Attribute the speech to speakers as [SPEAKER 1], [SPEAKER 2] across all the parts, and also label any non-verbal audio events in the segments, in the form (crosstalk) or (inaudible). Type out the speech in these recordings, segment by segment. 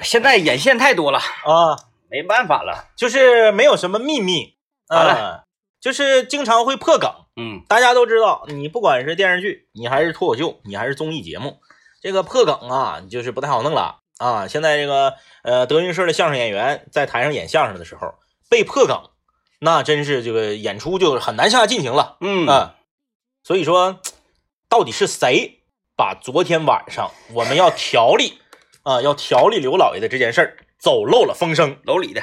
[SPEAKER 1] 现在眼线太多了，
[SPEAKER 2] 啊，
[SPEAKER 1] 没办法了。
[SPEAKER 2] 就是没有什么秘密，
[SPEAKER 1] 好嘞
[SPEAKER 2] 嗯，就是经常会破梗。
[SPEAKER 1] 嗯，
[SPEAKER 2] 大家都知道，你不管是电视剧，你还是脱口秀，你还是综艺节目，这个破梗啊，就是不太好弄了啊。现在这个呃，德云社的相声演员在台上演相声的时候被破梗，那真是这个演出就很难下进行了。
[SPEAKER 1] 嗯
[SPEAKER 2] 啊所以说，到底是谁把昨天晚上我们要调理啊，要调理刘老爷的这件事儿走漏了风声
[SPEAKER 1] 楼里的，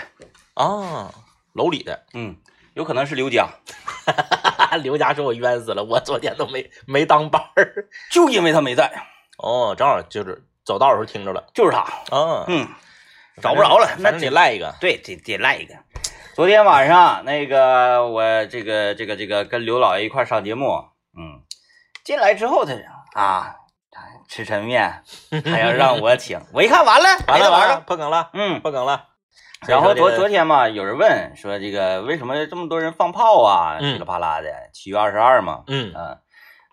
[SPEAKER 2] 啊？楼里的
[SPEAKER 1] 嗯，有可能是刘江，
[SPEAKER 2] (laughs) 刘家说：“我冤死了，我昨天都没没当班儿。”
[SPEAKER 1] 就因为他没在，
[SPEAKER 2] 哦，正好就是走道的时候听着了
[SPEAKER 1] 就是他。
[SPEAKER 2] 啊，
[SPEAKER 1] 嗯，找不着了，
[SPEAKER 2] 反
[SPEAKER 1] 那
[SPEAKER 2] 正
[SPEAKER 1] 得
[SPEAKER 2] 得赖一个。
[SPEAKER 1] 对，得得赖一个。昨天晚上那个我这个这个这个跟刘老爷一块儿上节目，嗯，进来之后他啊吃抻面，还要让我 (laughs) 请，我一看完了，没
[SPEAKER 2] 完了
[SPEAKER 1] 得
[SPEAKER 2] 完
[SPEAKER 1] 玩
[SPEAKER 2] 了，
[SPEAKER 1] 了，
[SPEAKER 2] 破梗了，
[SPEAKER 1] 嗯。
[SPEAKER 2] 破梗了。
[SPEAKER 1] 然后昨昨
[SPEAKER 2] 所以说这个
[SPEAKER 1] 天嘛，有人问说这个为什么这么多人放炮啊，
[SPEAKER 2] 嗯
[SPEAKER 1] 噼里啪啦的，七月二十二嘛，
[SPEAKER 2] 嗯
[SPEAKER 1] 嗯，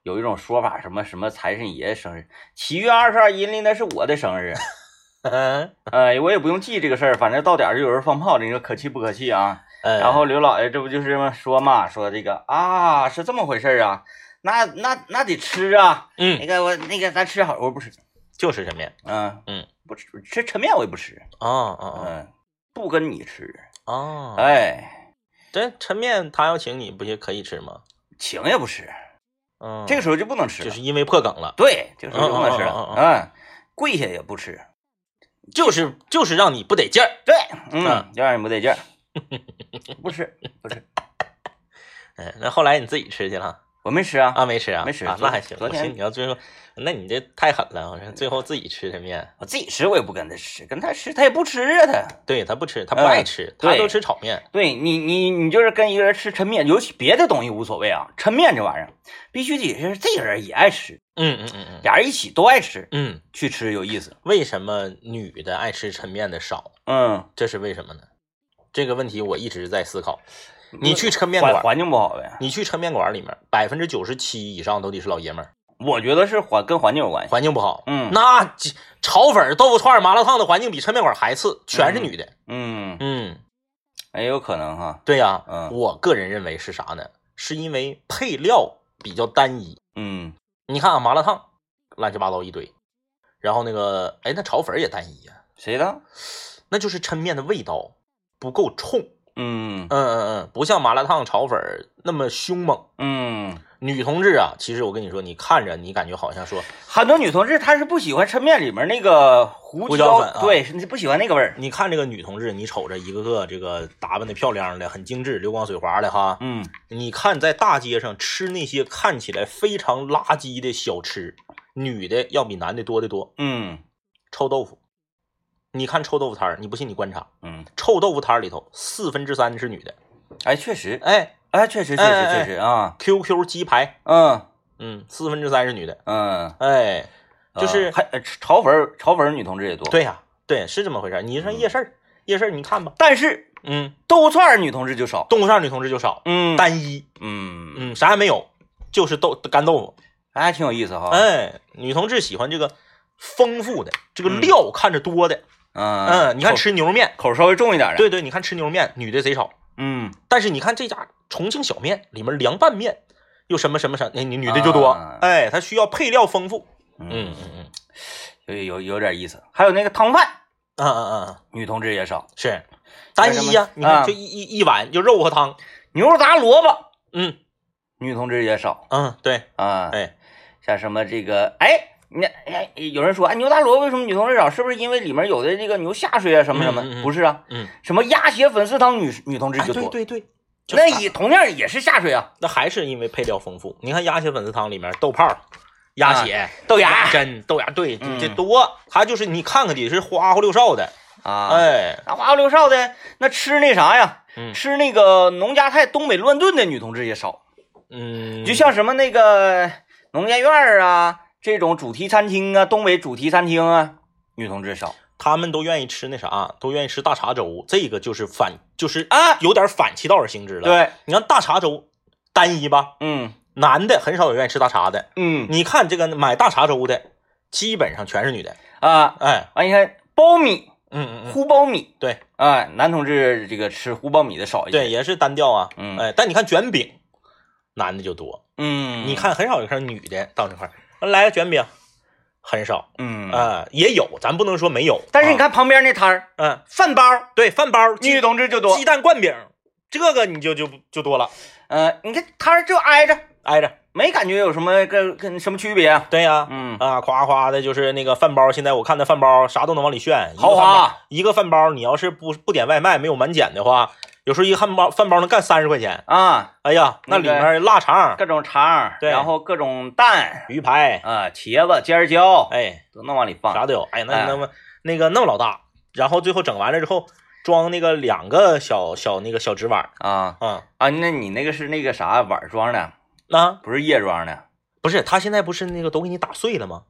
[SPEAKER 1] 有一种说法什么什么财神爷生日，七月二十二阴历那是我的生日， (laughs)
[SPEAKER 2] (laughs) 嗯
[SPEAKER 1] 呃，我也不用记这个事儿，反正到点儿就有人放炮，你说可气不可气啊？
[SPEAKER 2] 嗯，
[SPEAKER 1] 然后刘老爷这不就是嘛说嘛，说这个啊是这么回事儿啊，那那那得吃啊，那
[SPEAKER 2] 嗯
[SPEAKER 1] 个我那个咱吃好，我不吃，
[SPEAKER 2] 就是抻面
[SPEAKER 1] 嗯
[SPEAKER 2] 嗯，
[SPEAKER 1] 不吃吃抻面我也不吃，
[SPEAKER 2] 啊啊
[SPEAKER 1] 嗯，不跟你吃，
[SPEAKER 2] 啊啊！
[SPEAKER 1] 哎，
[SPEAKER 2] 这抻面他要请你不也可以吃吗？
[SPEAKER 1] 请也不吃，
[SPEAKER 2] 嗯，
[SPEAKER 1] 这个时候就不能吃了，
[SPEAKER 2] 就是因为破梗了，
[SPEAKER 1] 对，这个时候就不能吃
[SPEAKER 2] 嗯嗯
[SPEAKER 1] 了
[SPEAKER 2] 嗯，
[SPEAKER 1] 嗯，跪下也不吃，
[SPEAKER 2] 就是就是让你不得劲儿。
[SPEAKER 1] 对，
[SPEAKER 2] 嗯
[SPEAKER 1] 嗯，就让你不得劲
[SPEAKER 2] (laughs)
[SPEAKER 1] 儿，不吃不吃，
[SPEAKER 2] 嗯，那后来你自己吃去了
[SPEAKER 1] 我没吃啊，
[SPEAKER 2] 啊？没吃啊？
[SPEAKER 1] 没吃
[SPEAKER 2] 啊，
[SPEAKER 1] 昨
[SPEAKER 2] 那还行。
[SPEAKER 1] 昨
[SPEAKER 2] 我
[SPEAKER 1] 天
[SPEAKER 2] 寻思你要最后，那你这太狠了。我说最后自己吃抻面，
[SPEAKER 1] 我自己吃我也不跟他吃，跟他吃他也不吃啊他。
[SPEAKER 2] 对他不吃，他不
[SPEAKER 1] 嗯
[SPEAKER 2] 爱吃，他
[SPEAKER 1] 对
[SPEAKER 2] 都吃炒面。
[SPEAKER 1] 对你，你你就是跟一个人吃抻面，尤其别的东西无所谓啊，抻面这玩意儿必须得是这个人也爱吃，
[SPEAKER 2] 嗯嗯嗯嗯
[SPEAKER 1] 俩人一起都爱吃，
[SPEAKER 2] 嗯。
[SPEAKER 1] 去吃有意思。
[SPEAKER 2] 为什么女的爱吃抻面的少？
[SPEAKER 1] 嗯，
[SPEAKER 2] 这是为什么呢？这个问题我一直在思考。你去抻面
[SPEAKER 1] 环
[SPEAKER 2] 馆，
[SPEAKER 1] 环境不好呗，
[SPEAKER 2] 你去抻面馆里面，百分之九十七以上都得是老爷们儿，
[SPEAKER 1] 我觉得是环跟环境有关系。
[SPEAKER 2] 环境不好。
[SPEAKER 1] 嗯
[SPEAKER 2] 那几炒粉、豆腐串、麻辣烫的环境比抻面馆还次，全是女的。
[SPEAKER 1] 嗯，
[SPEAKER 2] 嗯，
[SPEAKER 1] 也有可能哈。
[SPEAKER 2] 对呀、
[SPEAKER 1] 嗯
[SPEAKER 2] 我个人认为是啥呢？是因为配料比较单一。
[SPEAKER 1] 嗯，
[SPEAKER 2] 你看啊，麻辣烫乱七八糟一堆，然后那个，哎，那炒粉也单一呀、
[SPEAKER 1] 谁的？
[SPEAKER 2] 那就是抻面的味道不够冲。
[SPEAKER 1] 嗯
[SPEAKER 2] 嗯嗯嗯，不像麻辣烫、炒粉儿那么凶猛。
[SPEAKER 1] 嗯，
[SPEAKER 2] 女同志啊，其实我跟你说，你看着你感觉好像说，
[SPEAKER 1] 很多女同志她是不喜欢抻面里面那个胡
[SPEAKER 2] 胡椒
[SPEAKER 1] 椒
[SPEAKER 2] 粉啊
[SPEAKER 1] 对，是不喜欢那个味儿。
[SPEAKER 2] 你看这个女同志，你瞅着一个个这个打扮的漂亮的、很精致、流光水滑的哈，
[SPEAKER 1] 嗯，
[SPEAKER 2] 你看在大街上吃那些看起来非常垃圾的小吃，女的要比男的多得多。
[SPEAKER 1] 嗯
[SPEAKER 2] 臭豆腐，你看臭豆腐摊儿，你不信你观察，
[SPEAKER 1] 嗯，
[SPEAKER 2] 臭豆腐摊儿里头四分之三是女的。
[SPEAKER 1] 哎，确实，
[SPEAKER 2] 哎
[SPEAKER 1] 哎，确实，确
[SPEAKER 2] 哎
[SPEAKER 1] 实，
[SPEAKER 2] 哎
[SPEAKER 1] 确实啊，
[SPEAKER 2] ，QQ 鸡排，
[SPEAKER 1] 嗯
[SPEAKER 2] 嗯，四分之三是女的。
[SPEAKER 1] 嗯。
[SPEAKER 2] 哎，就
[SPEAKER 1] 呃
[SPEAKER 2] 是
[SPEAKER 1] 还呃炒粉儿炒粉儿女同志也多，，
[SPEAKER 2] 对呀、对，是这么回事儿。你上夜市儿，夜市儿你看吧，
[SPEAKER 1] 但是
[SPEAKER 2] 嗯，
[SPEAKER 1] 豆腐串儿女同志就少，
[SPEAKER 2] 动物上女同志就少，
[SPEAKER 1] 嗯
[SPEAKER 2] 单一，
[SPEAKER 1] 嗯，
[SPEAKER 2] 嗯，啥也没有，就是豆干豆腐。
[SPEAKER 1] 还挺有意思哈，
[SPEAKER 2] 哎，女同志喜欢这个丰富的，这个料看着多的。
[SPEAKER 1] 嗯
[SPEAKER 2] 嗯，你看吃牛肉面，
[SPEAKER 1] 口口稍微重一点的，，
[SPEAKER 2] 对对，你看吃牛肉面，女的贼少。
[SPEAKER 1] 嗯，
[SPEAKER 2] 但是你看这家重庆小面里面凉拌面，又什么什么什么，那女女的就多
[SPEAKER 1] 啊。
[SPEAKER 2] 哎，它需要配料丰富。嗯
[SPEAKER 1] 嗯，
[SPEAKER 2] 嗯嗯
[SPEAKER 1] 有有有点意思，还有那个汤饭，
[SPEAKER 2] 嗯嗯嗯，
[SPEAKER 1] 女同志也少，
[SPEAKER 2] 是单一呀、
[SPEAKER 1] 还有什么
[SPEAKER 2] 你看
[SPEAKER 1] 啊
[SPEAKER 2] 就一一一碗就肉和汤。
[SPEAKER 1] 牛肉杂萝卜，
[SPEAKER 2] 嗯
[SPEAKER 1] 女同志也少
[SPEAKER 2] 嗯，对，
[SPEAKER 1] 啊，
[SPEAKER 2] 哎，
[SPEAKER 1] 像什么这个，哎。那哎，有人说，哎，牛杂萝卜为什么女同志少？是不是因为里面有的这个牛下水啊，什么什么？
[SPEAKER 2] 嗯嗯嗯
[SPEAKER 1] 不是啊，
[SPEAKER 2] 嗯。
[SPEAKER 1] 什么鸭血粉丝汤女女同志
[SPEAKER 2] 哎
[SPEAKER 1] 就多，
[SPEAKER 2] 对对对，
[SPEAKER 1] 那也同样也是下水啊，
[SPEAKER 2] 那还是因为配料丰富。你看鸭血粉丝汤里面豆泡、鸭血、
[SPEAKER 1] 豆
[SPEAKER 2] 鸭
[SPEAKER 1] 芽
[SPEAKER 2] 胗、豆芽，对，这这
[SPEAKER 1] 啊嗯
[SPEAKER 2] 多。它就是你看看得是花花六哨的，
[SPEAKER 1] 啊，
[SPEAKER 2] 哎，
[SPEAKER 1] 那花花六哨的，那吃那啥呀？
[SPEAKER 2] 嗯
[SPEAKER 1] 吃那个农家菜、东北乱炖的女同志也少，
[SPEAKER 2] 嗯，
[SPEAKER 1] 就像什么那个农家院儿啊这种主题餐厅啊，东北主题餐厅啊，女同志少
[SPEAKER 2] 他们都愿意吃那啥，都愿意吃大碴粥，这个就是反，就是
[SPEAKER 1] 啊。
[SPEAKER 2] 有点反其道而行之了。，
[SPEAKER 1] 对，
[SPEAKER 2] 你看大碴粥单一吧，
[SPEAKER 1] 嗯
[SPEAKER 2] 男的很少有愿意吃大碴的。
[SPEAKER 1] 嗯
[SPEAKER 2] 你看这个买大碴粥的，基本上全是女的，
[SPEAKER 1] 啊，
[SPEAKER 2] 哎，
[SPEAKER 1] 完、你看苞米，
[SPEAKER 2] 嗯嗯嗯，
[SPEAKER 1] 糊苞米，
[SPEAKER 2] 对，
[SPEAKER 1] 啊，男同志这个吃糊苞米的少一些，
[SPEAKER 2] 对，，也是单调啊。
[SPEAKER 1] 嗯
[SPEAKER 2] 哎，但你看卷饼，男的就多，
[SPEAKER 1] 嗯，
[SPEAKER 2] 你，看很少有看女的到这块儿来个卷饼，很少
[SPEAKER 1] 嗯，
[SPEAKER 2] 啊、也有，咱不能说没有。
[SPEAKER 1] 但是你
[SPEAKER 2] 啊，
[SPEAKER 1] 看旁边那摊儿，
[SPEAKER 2] 嗯、
[SPEAKER 1] 饭包，
[SPEAKER 2] 对，饭包、鸡
[SPEAKER 1] 女同志就多
[SPEAKER 2] 鸡，蛋灌饼，这个你就就就多了，
[SPEAKER 1] 呃，你看摊儿就挨着，
[SPEAKER 2] 挨着。
[SPEAKER 1] 没感觉有什么跟跟什么区别啊，
[SPEAKER 2] 对呀、
[SPEAKER 1] 嗯，
[SPEAKER 2] 啊，夸夸的，就是那个饭包。现在我看那饭包啥都能往里炫，一个
[SPEAKER 1] 豪
[SPEAKER 2] 饭包
[SPEAKER 1] 华，
[SPEAKER 2] 一个饭包，你要是不不点外卖，没有满减的话，有时候一个汉堡饭包能干三十块钱。
[SPEAKER 1] 啊，
[SPEAKER 2] 哎呀，那里面腊肠、
[SPEAKER 1] 各种肠儿，
[SPEAKER 2] 对
[SPEAKER 1] 然后各种蛋
[SPEAKER 2] 鱼排，
[SPEAKER 1] 啊，茄子、尖椒，
[SPEAKER 2] 哎，
[SPEAKER 1] 都能往里放，
[SPEAKER 2] 啥都有。哎，那
[SPEAKER 1] 哎
[SPEAKER 2] 那么那个那么老大，然后最后整完了之后，装那个两个小小那个小纸碗
[SPEAKER 1] 啊
[SPEAKER 2] 啊、
[SPEAKER 1] 啊，那你那个是那个啥碗装的，
[SPEAKER 2] 那、
[SPEAKER 1] 不是液装的，
[SPEAKER 2] 不是他现在不是那个都给你打碎了吗？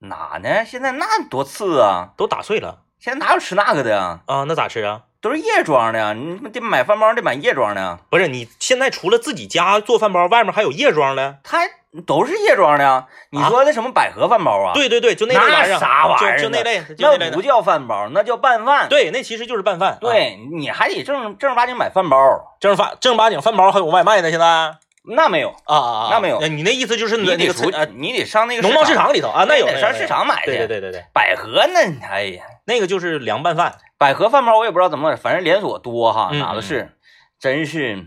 [SPEAKER 1] 哪呢？现在那多次啊，
[SPEAKER 2] 都打碎了
[SPEAKER 1] 现在哪有吃那个的啊？
[SPEAKER 2] 啊、那咋吃啊？
[SPEAKER 1] 都是液装的呀，你得买饭包得买液装的呀，
[SPEAKER 2] 不是你现在除了自己家做饭包，外面还有液装的。
[SPEAKER 1] 它都是液装的呀。你说的什么百合饭包啊？，
[SPEAKER 2] 啊对对对，就那类
[SPEAKER 1] 那
[SPEAKER 2] 玩意儿，
[SPEAKER 1] 啥玩意儿
[SPEAKER 2] 就就那
[SPEAKER 1] 呢
[SPEAKER 2] 类，就那类
[SPEAKER 1] 那不
[SPEAKER 2] 的。
[SPEAKER 1] 叫饭包，那叫拌饭。
[SPEAKER 2] 对，那其实就是拌饭。啊，
[SPEAKER 1] 对，你还得正正儿八经买饭包，啊
[SPEAKER 2] 正儿八正儿八经饭包还有外卖呢，现在啊
[SPEAKER 1] 那没有，
[SPEAKER 2] 啊啊！
[SPEAKER 1] 那没有
[SPEAKER 2] 呃你那意思就是
[SPEAKER 1] 你
[SPEAKER 2] 那
[SPEAKER 1] 得
[SPEAKER 2] 个
[SPEAKER 1] 出
[SPEAKER 2] 菜呃，
[SPEAKER 1] 你得上那个
[SPEAKER 2] 农贸市
[SPEAKER 1] 场，
[SPEAKER 2] 场里头啊，那有
[SPEAKER 1] 你得
[SPEAKER 2] 那有
[SPEAKER 1] 上
[SPEAKER 2] 那有
[SPEAKER 1] 市场买去。
[SPEAKER 2] 对对对对对，
[SPEAKER 1] 百合那，哎呀，
[SPEAKER 2] 那个就是凉拌饭。
[SPEAKER 1] 百合饭包我也不知道怎么回事，反正连锁多哈，
[SPEAKER 2] 嗯
[SPEAKER 1] 哪都是，真是，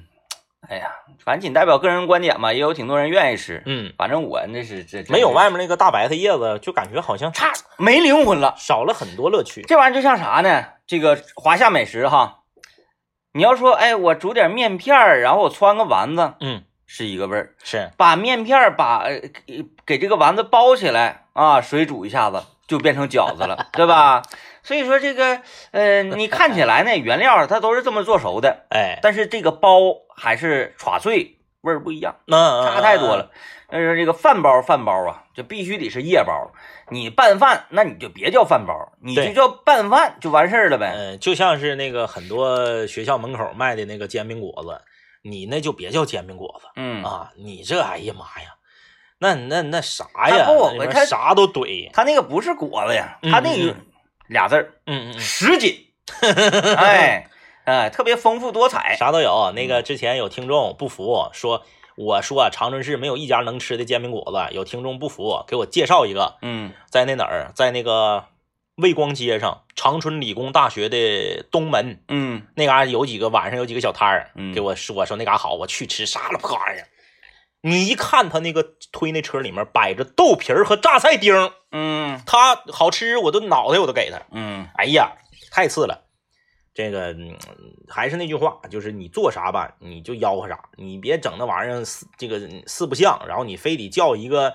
[SPEAKER 1] 哎呀，反正仅代表个人观点吧，也有挺多人愿意吃。
[SPEAKER 2] 嗯，
[SPEAKER 1] 反正我那是这
[SPEAKER 2] 没有
[SPEAKER 1] 外
[SPEAKER 2] 外面那个大白菜叶子，就感觉好像
[SPEAKER 1] 差没灵魂了。
[SPEAKER 2] 少了很多乐趣。
[SPEAKER 1] 这玩意儿就像啥呢？这个华夏美食哈，你要说哎，我煮点面片儿，然后我穿个丸子，
[SPEAKER 2] 嗯，
[SPEAKER 1] 是一个味儿。
[SPEAKER 2] 是
[SPEAKER 1] 把面片儿把呃给给这个丸子包起来啊，水煮一下子就变成饺子了，对吧？ (laughs) 所以说这个呃，你看起来呢，原料它都是这么做熟的，
[SPEAKER 2] 哎，
[SPEAKER 1] 但是这个包还是歘碎，味儿不一样。
[SPEAKER 2] 那嗯
[SPEAKER 1] 差太多了。但是这个饭包饭包啊，就必须得是夜包。你拌饭，那你就别叫饭包，你
[SPEAKER 2] 对
[SPEAKER 1] 就叫拌饭就完事儿了呗。
[SPEAKER 2] 呃，就像是那个很多学校门口卖的那个煎饼果子，你那就别叫煎饼果子。
[SPEAKER 1] 嗯，
[SPEAKER 2] 啊，你这哎呀妈呀，那那那啥
[SPEAKER 1] 他
[SPEAKER 2] 呀？
[SPEAKER 1] 不
[SPEAKER 2] 那里面
[SPEAKER 1] 他
[SPEAKER 2] 啥都怼。
[SPEAKER 1] 他那个不是果子呀，
[SPEAKER 2] 嗯
[SPEAKER 1] 他那个
[SPEAKER 2] 嗯
[SPEAKER 1] 俩字儿
[SPEAKER 2] 嗯嗯嗯，
[SPEAKER 1] 什 (laughs) 锦。哎哎，特别丰富多彩。
[SPEAKER 2] 啥都
[SPEAKER 1] 哎
[SPEAKER 2] 有。
[SPEAKER 1] 嗯
[SPEAKER 2] 那个之前有听众不服，说我说、啊、长春市没有一家能吃的煎饼果子，有听众不服，给我介绍一个，
[SPEAKER 1] 嗯
[SPEAKER 2] 在那哪儿，在那个卫光街上，长春理工大学的东门。
[SPEAKER 1] 嗯，
[SPEAKER 2] 那嘎、有几个晚上有几个小摊儿，
[SPEAKER 1] 嗯
[SPEAKER 2] 给我说说那嘎、好，我去吃啥了破玩意儿。你一看他那个推那车里面摆着豆皮儿和榨菜丁儿，
[SPEAKER 1] 嗯
[SPEAKER 2] 他好吃，我都脑袋我都给他。
[SPEAKER 1] 嗯
[SPEAKER 2] 哎呀，太次了。这个嗯还是那句话，就是你做啥吧，你就吆喝啥，你别整那玩意儿四这个嗯四不像，然后你非得叫一个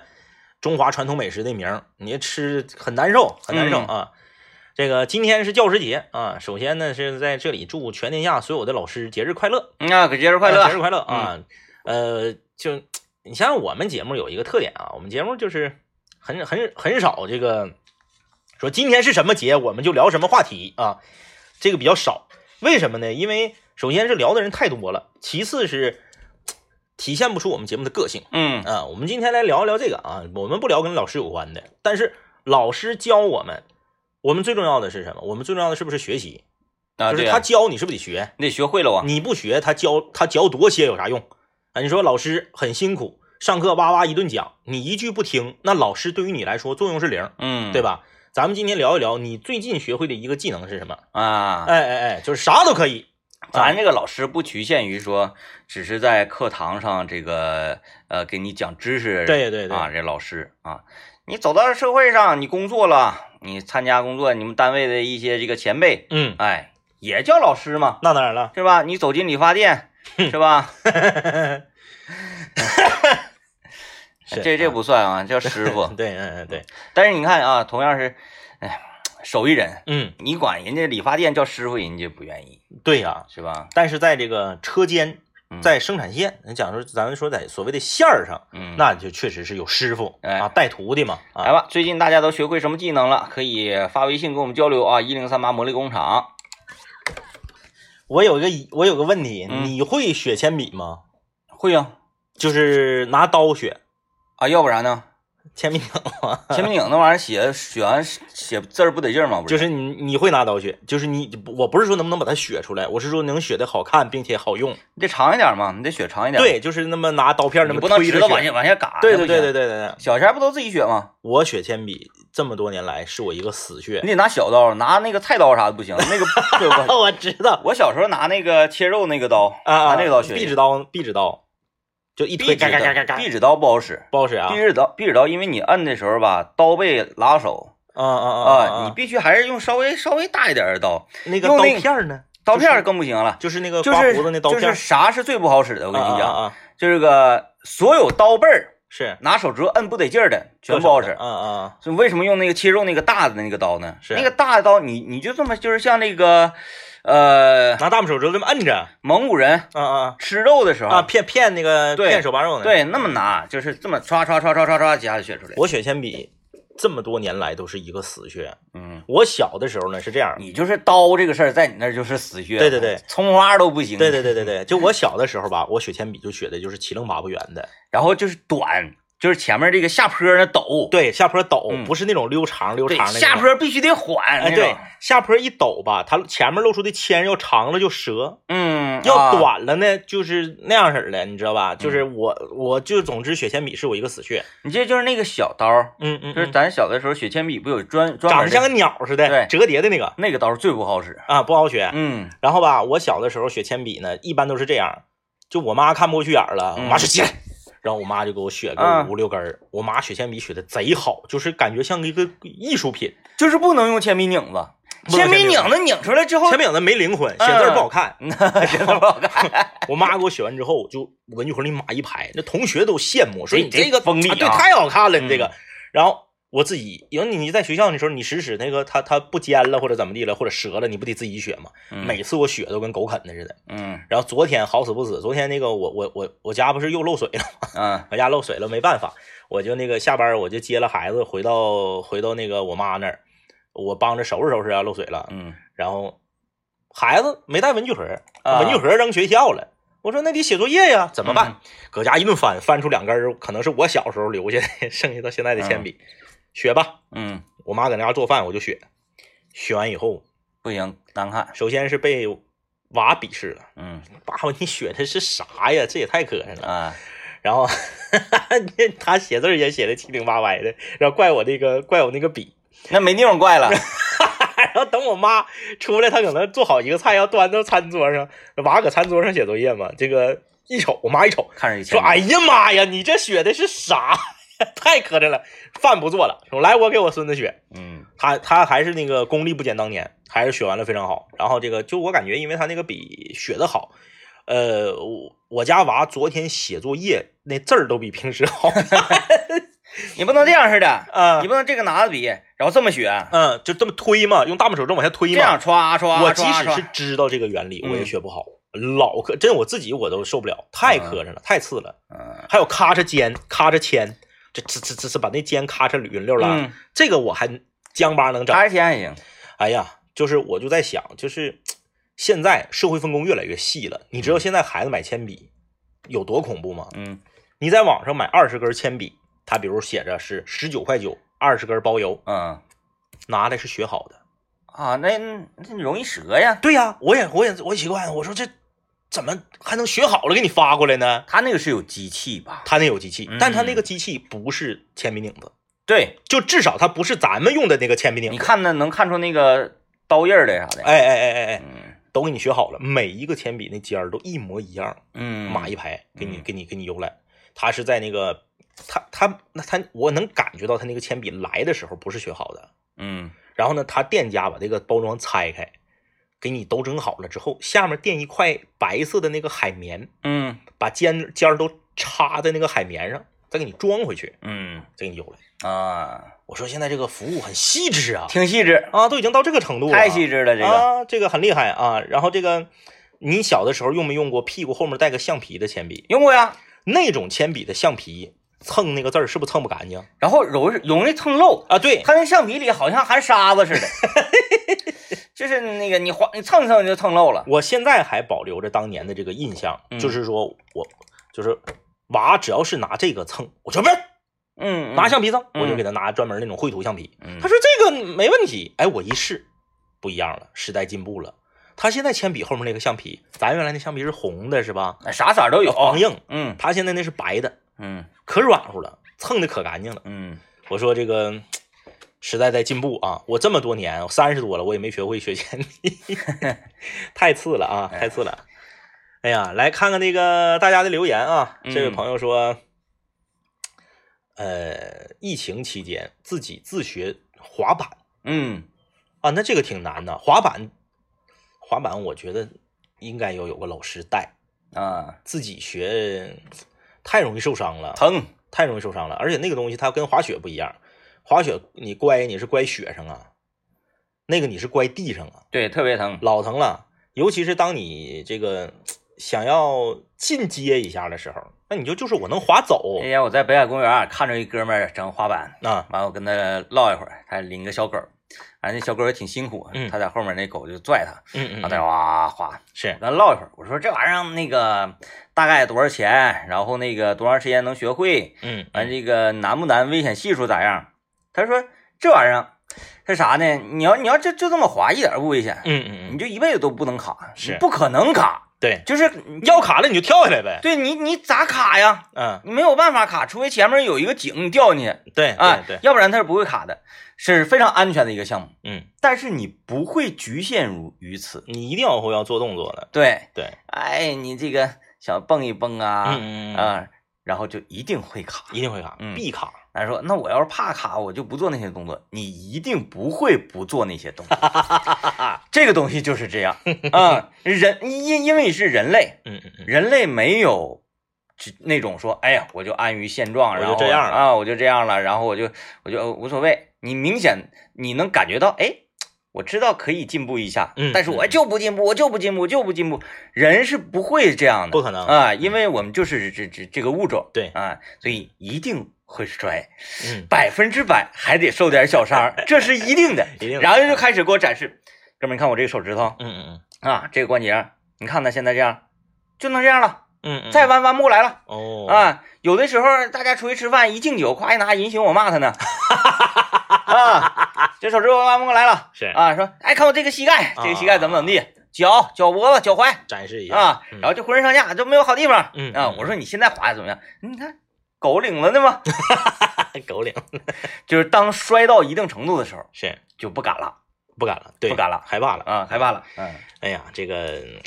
[SPEAKER 2] 中华传统美食的名儿，你吃很难受，很难受
[SPEAKER 1] 嗯
[SPEAKER 2] 啊。这个今天是教师节啊，首先呢是在这里祝全天下所有的老师节日快乐，
[SPEAKER 1] 嗯，那可节日快
[SPEAKER 2] 啊节日
[SPEAKER 1] 乐。嗯
[SPEAKER 2] 快乐啊！呃，就你像我们节目有一个特点啊，我们节目就是很很很少这个说今天是什么节，我们就聊什么话题啊，这个比较少。为什么呢？因为首先是聊的人太多了，其次是体现不出我们节目的个性
[SPEAKER 1] 嗯
[SPEAKER 2] 啊。我们今天来聊一聊这个啊，我们不聊跟老师有关的，但是老师教我们，我们最重要的是什么？我们最重要的是不是学习？
[SPEAKER 1] 啊，
[SPEAKER 2] 就是
[SPEAKER 1] 对
[SPEAKER 2] 他
[SPEAKER 1] 啊，
[SPEAKER 2] 教你是不是得学？
[SPEAKER 1] 你得学会了啊。
[SPEAKER 2] 你不学，他教他教多些有啥用啊？你说老师很辛苦，上课哇哇一顿讲，你一句不听，那老师对于你来说作用是零，
[SPEAKER 1] 嗯，
[SPEAKER 2] 对吧？咱们今天聊一聊你最近学会的一个技能是什么？
[SPEAKER 1] 啊，
[SPEAKER 2] 哎哎哎，就是啥都可以。
[SPEAKER 1] 咱这个老师不局限于说，只是在课堂上这个呃给你讲知识，
[SPEAKER 2] 对对对
[SPEAKER 1] 啊，这老师啊，你走到社会上，你工作了，你参加工作，你们单位的一些这个前辈，
[SPEAKER 2] 嗯，
[SPEAKER 1] 哎，也叫老师嘛，
[SPEAKER 2] 那当然了，
[SPEAKER 1] 是吧？你走进理发 (laughs) 店，是吧？
[SPEAKER 2] 是。
[SPEAKER 1] 这这不算啊，叫师傅
[SPEAKER 2] (laughs) 对，嗯嗯对，
[SPEAKER 1] 但是你看啊，同样是，哎，手艺人，
[SPEAKER 2] 嗯
[SPEAKER 1] 你管人家理发店叫师傅，人家不愿意，
[SPEAKER 2] 对呀、
[SPEAKER 1] 是吧？
[SPEAKER 2] 但是在这个车间，
[SPEAKER 1] 嗯
[SPEAKER 2] 在生产线，你讲说咱们说在所谓的线儿上，
[SPEAKER 1] 嗯，
[SPEAKER 2] 那就确实是有师傅
[SPEAKER 1] 哎
[SPEAKER 2] 啊带徒弟嘛
[SPEAKER 1] 来
[SPEAKER 2] 啊，
[SPEAKER 1] 吧，最近大家都学会什么技能了？可以发微信跟我们交流啊！一零三八魔力工厂，
[SPEAKER 2] 我有一个疑我有个问题，
[SPEAKER 1] 嗯
[SPEAKER 2] 你会削铅笔吗？
[SPEAKER 1] 会呀、啊
[SPEAKER 2] 就是拿刀削，
[SPEAKER 1] 啊，要不然呢？
[SPEAKER 2] 铅笔梗吗？
[SPEAKER 1] 签名影那玩意儿写写完写字儿不得劲儿吗？不，
[SPEAKER 2] 就是是你你会拿刀削，就是你我不是说能不能把它削出来，我是说能削的好看并且好用。
[SPEAKER 1] 你得长一点嘛，你得血长一点。，
[SPEAKER 2] 对，就是那么拿刀片儿那
[SPEAKER 1] 你
[SPEAKER 2] 么
[SPEAKER 1] 不能
[SPEAKER 2] 推
[SPEAKER 1] 直
[SPEAKER 2] 着
[SPEAKER 1] 着往下
[SPEAKER 2] 削。
[SPEAKER 1] 往下嘎。
[SPEAKER 2] 对
[SPEAKER 1] 那
[SPEAKER 2] 对
[SPEAKER 1] 不
[SPEAKER 2] 对
[SPEAKER 1] 行
[SPEAKER 2] 对对，对对，
[SPEAKER 1] 小钱儿不都自己削吗？
[SPEAKER 2] 我削铅笔这么多年来是我一个死穴
[SPEAKER 1] 你。得拿小刀，拿那个菜刀啥的不行，那个对不 (laughs)
[SPEAKER 2] (laughs) 啊，我知道
[SPEAKER 1] 我小时候拿那个切肉那个刀，
[SPEAKER 2] 啊，
[SPEAKER 1] 拿那个刀削
[SPEAKER 2] 壁纸刀，壁纸刀，就一推，
[SPEAKER 1] 壁纸
[SPEAKER 2] 嘎嘎嘎嘎
[SPEAKER 1] 刀，
[SPEAKER 2] 嘎，
[SPEAKER 1] 壁纸刀不好使。
[SPEAKER 2] 不好使啊
[SPEAKER 1] 壁。纸刀，壁纸刀，因为你摁的时候吧，刀背拉手
[SPEAKER 2] 啊啊
[SPEAKER 1] 啊，你
[SPEAKER 2] 必
[SPEAKER 1] 必须还是用稍微稍微大一点的刀，
[SPEAKER 2] 那个
[SPEAKER 1] 用
[SPEAKER 2] 刀
[SPEAKER 1] 那个
[SPEAKER 2] 片儿呢？
[SPEAKER 1] 刀片儿更不行了。
[SPEAKER 2] 就是那个
[SPEAKER 1] 就
[SPEAKER 2] 刮
[SPEAKER 1] 是
[SPEAKER 2] 胡子那刀
[SPEAKER 1] 就
[SPEAKER 2] 片儿
[SPEAKER 1] 是。啥是最不好使的？我
[SPEAKER 2] 我
[SPEAKER 1] 跟你讲，
[SPEAKER 2] 啊，啊
[SPEAKER 1] 就是个所有刀背儿
[SPEAKER 2] 是
[SPEAKER 1] 拿手指头摁不得劲儿的，全不好使。
[SPEAKER 2] 嗯嗯
[SPEAKER 1] 所以为什么用那个切肉那个大的那个刀呢？
[SPEAKER 2] 是
[SPEAKER 1] 那个大的刀，你你就这么就是像那个，呃
[SPEAKER 2] 嗯，，拿大拇手指头这么摁着，
[SPEAKER 1] 蒙古人
[SPEAKER 2] 嗯嗯
[SPEAKER 1] 吃肉的时候
[SPEAKER 2] 啊，骗骗那个
[SPEAKER 1] 对
[SPEAKER 2] 骗手把肉呢。，
[SPEAKER 1] 对，那么拿，就是这么刷刷刷刷刷刷，几下就削出来。
[SPEAKER 2] 我选铅笔这么多年来都是一个死穴。
[SPEAKER 1] 嗯，
[SPEAKER 2] 我小的时候呢是这样，
[SPEAKER 1] 你就是刀这个事儿，在你那儿就是死穴。
[SPEAKER 2] 对对对
[SPEAKER 1] 葱花都不行。
[SPEAKER 2] 对对对对对，就我小的时候吧，我选铅笔就选的就是七棱八不圆的，
[SPEAKER 1] 然后就是短，就是前面这个下坡那抖，
[SPEAKER 2] 对，下坡抖，
[SPEAKER 1] 嗯
[SPEAKER 2] 不是那种溜长溜
[SPEAKER 1] 对
[SPEAKER 2] 长的那种。
[SPEAKER 1] 下坡必须得缓。
[SPEAKER 2] 哎，
[SPEAKER 1] 那
[SPEAKER 2] 对
[SPEAKER 1] 种，
[SPEAKER 2] 下坡一抖吧，它前面露出的铅要长了就折，
[SPEAKER 1] 嗯，
[SPEAKER 2] 要
[SPEAKER 1] 啊。嗯
[SPEAKER 2] 短了呢就是那样式儿的，你知道吧？就是我，我就总之选铅笔是我一个死穴。
[SPEAKER 1] 你这就是那个小刀，
[SPEAKER 2] 嗯嗯，
[SPEAKER 1] 就是
[SPEAKER 2] 嗯
[SPEAKER 1] 咱小的时候学铅笔不有专专
[SPEAKER 2] 长
[SPEAKER 1] 门的
[SPEAKER 2] 得像个鸟似的，
[SPEAKER 1] 对
[SPEAKER 2] 折叠的那个
[SPEAKER 1] 那个刀是最不好使。
[SPEAKER 2] 啊，不好学。
[SPEAKER 1] 嗯，
[SPEAKER 2] 然后吧，我小的时候学铅笔呢，一般都是这样，就我妈看不过去眼儿了，我妈说起来，然后我妈就给我削个
[SPEAKER 1] 嗯啊
[SPEAKER 2] 五六根儿。我妈学铅笔学的贼好，就是感觉像一个艺术品。
[SPEAKER 1] 就是不能用铅笔拧子，
[SPEAKER 2] 不能
[SPEAKER 1] 铅笔拧子拧出来之后
[SPEAKER 2] 铅，笔影子没灵魂，写字儿不
[SPEAKER 1] 嗯 (laughs)
[SPEAKER 2] 好看。
[SPEAKER 1] 真的不好
[SPEAKER 2] (laughs)
[SPEAKER 1] 看。
[SPEAKER 2] 我妈给我写完之后，我就文具盒里码一排，那同学都羡慕，说
[SPEAKER 1] 这
[SPEAKER 2] 你这个
[SPEAKER 1] 这锋利啊
[SPEAKER 2] 对，太好看了，你这个。
[SPEAKER 1] 嗯
[SPEAKER 2] 然后我自己，因为你你在学校的时候，你使使那个它它不尖了或者怎么地了，或者折了，你不得自己削吗？
[SPEAKER 1] 嗯
[SPEAKER 2] 每次我削都跟狗啃的似的。
[SPEAKER 1] 嗯
[SPEAKER 2] 然后昨天好死不死，昨天那个我我我我家不是又漏水了，
[SPEAKER 1] 嗯
[SPEAKER 2] (laughs) 我家漏水了，没办法，我就那个下班我就接了孩子回到回到那个我妈那儿，我帮着收拾收拾啊，漏水了，
[SPEAKER 1] 嗯，
[SPEAKER 2] 然后孩子没带文具盒，
[SPEAKER 1] 啊嗯
[SPEAKER 2] 文具盒扔学校了。我说那得写作业呀，怎么办？搁家一顿翻，翻出两根儿，可能是我小时候留下的， (laughs) 剩下到现在的铅笔，学吧。
[SPEAKER 1] 嗯，
[SPEAKER 2] 我妈搁那家做饭，我就学。学完以后，
[SPEAKER 1] 不行，难看。
[SPEAKER 2] 首先是被娃鄙视了，
[SPEAKER 1] 嗯
[SPEAKER 2] 爸爸你学的是啥呀？这也太磕碜了。
[SPEAKER 1] 啊，
[SPEAKER 2] (laughs) 然后他写字儿也写的七零八歪的，然后怪我那个怪我那个笔。 (laughs)
[SPEAKER 1] 那没地方怪了。
[SPEAKER 2] 然后等我妈出来，她可能做好一个菜要端到餐桌上，娃搁餐桌上写作业嘛。这个一瞅，我妈一瞅，
[SPEAKER 1] 看着一
[SPEAKER 2] 说：“
[SPEAKER 1] 千，
[SPEAKER 2] 哎呀妈呀，你这学的是啥？ (laughs) 太磕碜了，饭不做了。”说：“来，我给我孙子学。
[SPEAKER 1] 嗯
[SPEAKER 2] 他”他还是那个功力不减当年，还是学完了非常好。然后这个就我感觉，因为他那个笔学的好，呃，我我家娃昨天写作业那字儿都比平
[SPEAKER 1] (laughs)
[SPEAKER 2] 时好
[SPEAKER 1] 你不能这样似的，
[SPEAKER 2] (laughs) 啊
[SPEAKER 1] 你。不能这个拿着笔，然后这么选，
[SPEAKER 2] 嗯，就这么推嘛，用大拇手这么往下推
[SPEAKER 1] 这
[SPEAKER 2] 嘛，
[SPEAKER 1] 样刷刷刷
[SPEAKER 2] 我即
[SPEAKER 1] 刷。
[SPEAKER 2] 使是知道这个原理，我也
[SPEAKER 1] 嗯
[SPEAKER 2] 学不好，老磕，真我自己我都受不了，太磕碜了，太次了。
[SPEAKER 1] 嗯
[SPEAKER 2] 还有咔嚓尖，咔嚓铅，这这这这这把那尖咔嚓捋匀溜了，
[SPEAKER 1] 嗯，
[SPEAKER 2] 这个我还将巴能整。
[SPEAKER 1] 插钱还行。
[SPEAKER 2] 哎呀，就是我就在想，就是现在社会分工越来越细了，你知道现在孩子买铅笔有多恐怖吗？
[SPEAKER 1] 嗯
[SPEAKER 2] 你在网上买二十根铅笔，它比如写着是十九块九，二十根包邮，
[SPEAKER 1] 嗯
[SPEAKER 2] 拿来是学好的。
[SPEAKER 1] 啊，那那容易折呀。
[SPEAKER 2] 对呀、我也我也我也奇怪，我说这怎么还能学好了给你发过来呢？
[SPEAKER 1] 他那个是有机器吧？
[SPEAKER 2] 他那有机器
[SPEAKER 1] 嗯，
[SPEAKER 2] 但他那个机器不是铅笔拧子，
[SPEAKER 1] 对，
[SPEAKER 2] 就至少它不是咱们用的那个铅笔拧
[SPEAKER 1] 你
[SPEAKER 2] 子。
[SPEAKER 1] 看那能看出那个刀印儿的啥的。
[SPEAKER 2] 哎哎哎哎哎，
[SPEAKER 1] 嗯
[SPEAKER 2] 都给你学好了，每一个铅笔那尖儿都一模一样，
[SPEAKER 1] 嗯，
[SPEAKER 2] 码一排给你
[SPEAKER 1] 嗯
[SPEAKER 2] 给你给你邮来。他是在那个他他那他，我能感觉到他那个铅笔来的时候不是学好的，
[SPEAKER 1] 嗯
[SPEAKER 2] 然后呢，他店家把这个包装拆开，给你都整好了之后，下面垫一块白色的那个海绵，
[SPEAKER 1] 嗯
[SPEAKER 2] 把尖尖儿都插在那个海绵上，再给你装回去，
[SPEAKER 1] 嗯
[SPEAKER 2] 再给你邮来。
[SPEAKER 1] 啊，
[SPEAKER 2] 我说现在这个服务很细致啊，
[SPEAKER 1] 挺细致，
[SPEAKER 2] 啊，都已经到这个程度了，
[SPEAKER 1] 太细致了这个。
[SPEAKER 2] 啊，这个很厉害啊。然后这个，你小的时候用没用过屁股后面带个橡皮的铅笔？
[SPEAKER 1] 用过呀，
[SPEAKER 2] 那种铅笔的橡皮蹭那个字儿是不是蹭不干净
[SPEAKER 1] 然后容易容易蹭漏，
[SPEAKER 2] 啊？对，
[SPEAKER 1] 它那橡皮里好像含沙子似的，
[SPEAKER 2] (laughs)
[SPEAKER 1] 就是那个你划你蹭蹭就蹭漏了。
[SPEAKER 2] 我现在还保留着当年的这个印象，
[SPEAKER 1] 嗯
[SPEAKER 2] 就是说我就是娃只要是拿这个蹭，我就别
[SPEAKER 1] 嗯，
[SPEAKER 2] 拿橡皮擦，
[SPEAKER 1] 嗯
[SPEAKER 2] 我就给他拿专门那种绘图橡皮。
[SPEAKER 1] 嗯，
[SPEAKER 2] 他说这个没问题，哎，我一试，不一样了，时代进步了。他现在铅笔后面那个橡皮，咱原来那橡皮是红的，是吧？
[SPEAKER 1] 哎啥色儿都有，
[SPEAKER 2] 防硬。
[SPEAKER 1] 嗯
[SPEAKER 2] 他现在那是白的，
[SPEAKER 1] 嗯
[SPEAKER 2] 可软乎了，蹭的可干净了。
[SPEAKER 1] 嗯
[SPEAKER 2] 我说这个时代在进步啊，我这么多年三十多了，我也没学会学铅笔， (laughs) 太次了啊，太次了。哎呀，来看看那个大家的留言啊，这位
[SPEAKER 1] 嗯
[SPEAKER 2] 朋友说，呃，疫情期间自己自学滑板
[SPEAKER 1] 嗯，
[SPEAKER 2] 啊，那这个挺难的，滑板，滑板我觉得应该要有个老师带，
[SPEAKER 1] 啊，
[SPEAKER 2] 自己学太容易受伤了。
[SPEAKER 1] 疼，
[SPEAKER 2] 太容易受伤了。而且那个东西它跟滑雪不一样，滑雪你乖你是乖雪上啊，那个你是乖地上啊，
[SPEAKER 1] 对，特别疼，
[SPEAKER 2] 老疼了。尤其是当你这个想要进阶一下的时候，那你就就是我能滑走
[SPEAKER 1] 那天我在北海公园啊看着一哥们儿整滑板，
[SPEAKER 2] 啊，
[SPEAKER 1] 完我跟他唠一会儿，他领个小狗儿，完那小狗儿也挺辛苦，
[SPEAKER 2] 嗯
[SPEAKER 1] 他在后面那狗就拽他，
[SPEAKER 2] 嗯嗯
[SPEAKER 1] 然后
[SPEAKER 2] 嗯，
[SPEAKER 1] 他哇滑，
[SPEAKER 2] 是
[SPEAKER 1] 我跟他唠一会儿，我说这玩意儿那个大概多少钱，然后那个多长时间能学会，
[SPEAKER 2] 嗯
[SPEAKER 1] 完这个难不难，危险系数咋样？他说这玩意儿是啥呢？你要你要就就这么滑，一点儿不危险，
[SPEAKER 2] 嗯嗯
[SPEAKER 1] 你
[SPEAKER 2] 嗯，
[SPEAKER 1] 就一辈子都不能卡，
[SPEAKER 2] 是
[SPEAKER 1] 你不可能卡，
[SPEAKER 2] 对，
[SPEAKER 1] 就是
[SPEAKER 2] 要卡了你就跳下来呗，
[SPEAKER 1] 对你你咋卡呀？
[SPEAKER 2] 嗯，
[SPEAKER 1] 你没有办法卡，除非前面有一个井掉进去，
[SPEAKER 2] 对
[SPEAKER 1] 哎
[SPEAKER 2] 对，对，
[SPEAKER 1] 要不然它是不会卡的，是非常安全的一个项目。
[SPEAKER 2] 嗯，
[SPEAKER 1] 但是你不会局限如于此，
[SPEAKER 2] 你一定要会要做动作的，
[SPEAKER 1] 对，
[SPEAKER 2] 对，
[SPEAKER 1] 哎，你这个想蹦一蹦啊，
[SPEAKER 2] 嗯嗯嗯，
[SPEAKER 1] 啊，然后就一定会卡。
[SPEAKER 2] 一定会卡
[SPEAKER 1] 嗯，
[SPEAKER 2] 必卡，
[SPEAKER 1] 他说，那我要是怕卡，我就不做那些动作。你一定不会不做那些
[SPEAKER 2] (laughs)
[SPEAKER 1] 动作，这个东西就是这样啊、人因因为你是人类，
[SPEAKER 2] 嗯嗯嗯，
[SPEAKER 1] 人类没有只那种说，哎呀，我就安于现状，
[SPEAKER 2] 我就
[SPEAKER 1] 然后
[SPEAKER 2] 这样了
[SPEAKER 1] 啊，我就这样了，然后我就我就呃无所谓。你明显你能感觉到，哎，我知道可以进步一下，
[SPEAKER 2] 嗯
[SPEAKER 1] 但是我就不进步，我就不进步，我就不进步。人是不会这样的，
[SPEAKER 2] 嗯不可能
[SPEAKER 1] 啊，因为我们就是这这这个物种，
[SPEAKER 2] 对
[SPEAKER 1] 啊，所以一定会摔，
[SPEAKER 2] 嗯，
[SPEAKER 1] 百分之百还得受点小伤，这是一定的。
[SPEAKER 2] (laughs) 一定的，
[SPEAKER 1] 然后就开始给我展示，哥们儿，你看我这个手指头
[SPEAKER 2] 嗯嗯
[SPEAKER 1] 啊，这个关节，你看它现在这样，就能这样了。
[SPEAKER 2] 嗯嗯，
[SPEAKER 1] 再弯弯不过来了
[SPEAKER 2] 哦，
[SPEAKER 1] 啊！有的时候大家出去吃饭，一敬酒，夸一拿银行，我骂他
[SPEAKER 2] (laughs)
[SPEAKER 1] 呢，啊，这手指头弯不过来了
[SPEAKER 2] 是
[SPEAKER 1] 啊，说哎，看我这个膝盖，这个膝盖怎么怎么地，脚、脚脖子、脚踝
[SPEAKER 2] 展示一下
[SPEAKER 1] 啊，
[SPEAKER 2] 嗯
[SPEAKER 1] 然后就浑身上下都没有好地方
[SPEAKER 2] 嗯
[SPEAKER 1] 啊。
[SPEAKER 2] 嗯
[SPEAKER 1] 我说你现在滑的怎么样？你看狗领了呢吗？
[SPEAKER 2] (laughs)
[SPEAKER 1] (laughs)
[SPEAKER 2] 狗领
[SPEAKER 1] 就是当摔到一定程度的时候，
[SPEAKER 2] 是
[SPEAKER 1] 就不敢了
[SPEAKER 2] 不敢了，对，
[SPEAKER 1] 不敢了
[SPEAKER 2] 害怕了。
[SPEAKER 1] 啊，害怕了，嗯
[SPEAKER 2] 哎呀，这个嗯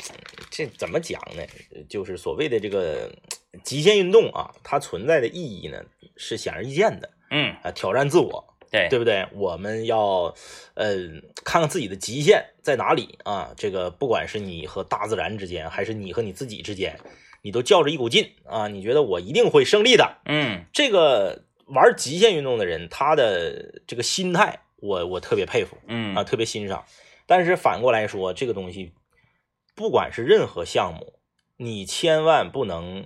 [SPEAKER 2] 这怎么讲呢？就是所谓的这个嗯极限运动啊，它存在的意义呢是显而易见的
[SPEAKER 1] 嗯，
[SPEAKER 2] 啊，挑战自我，
[SPEAKER 1] 对
[SPEAKER 2] 对不对？我们要呃看看自己的极限在哪里啊。这个不管是你和大自然之间，还是你和你自己之间，你都较着一股劲啊，你觉得我一定会胜利的，
[SPEAKER 1] 嗯
[SPEAKER 2] 这个玩极限运动的人，他的这个心态，我我特别佩服
[SPEAKER 1] 嗯
[SPEAKER 2] 啊，特别欣赏。但是反过来说，这个东西，不管是任何项目，你千万不能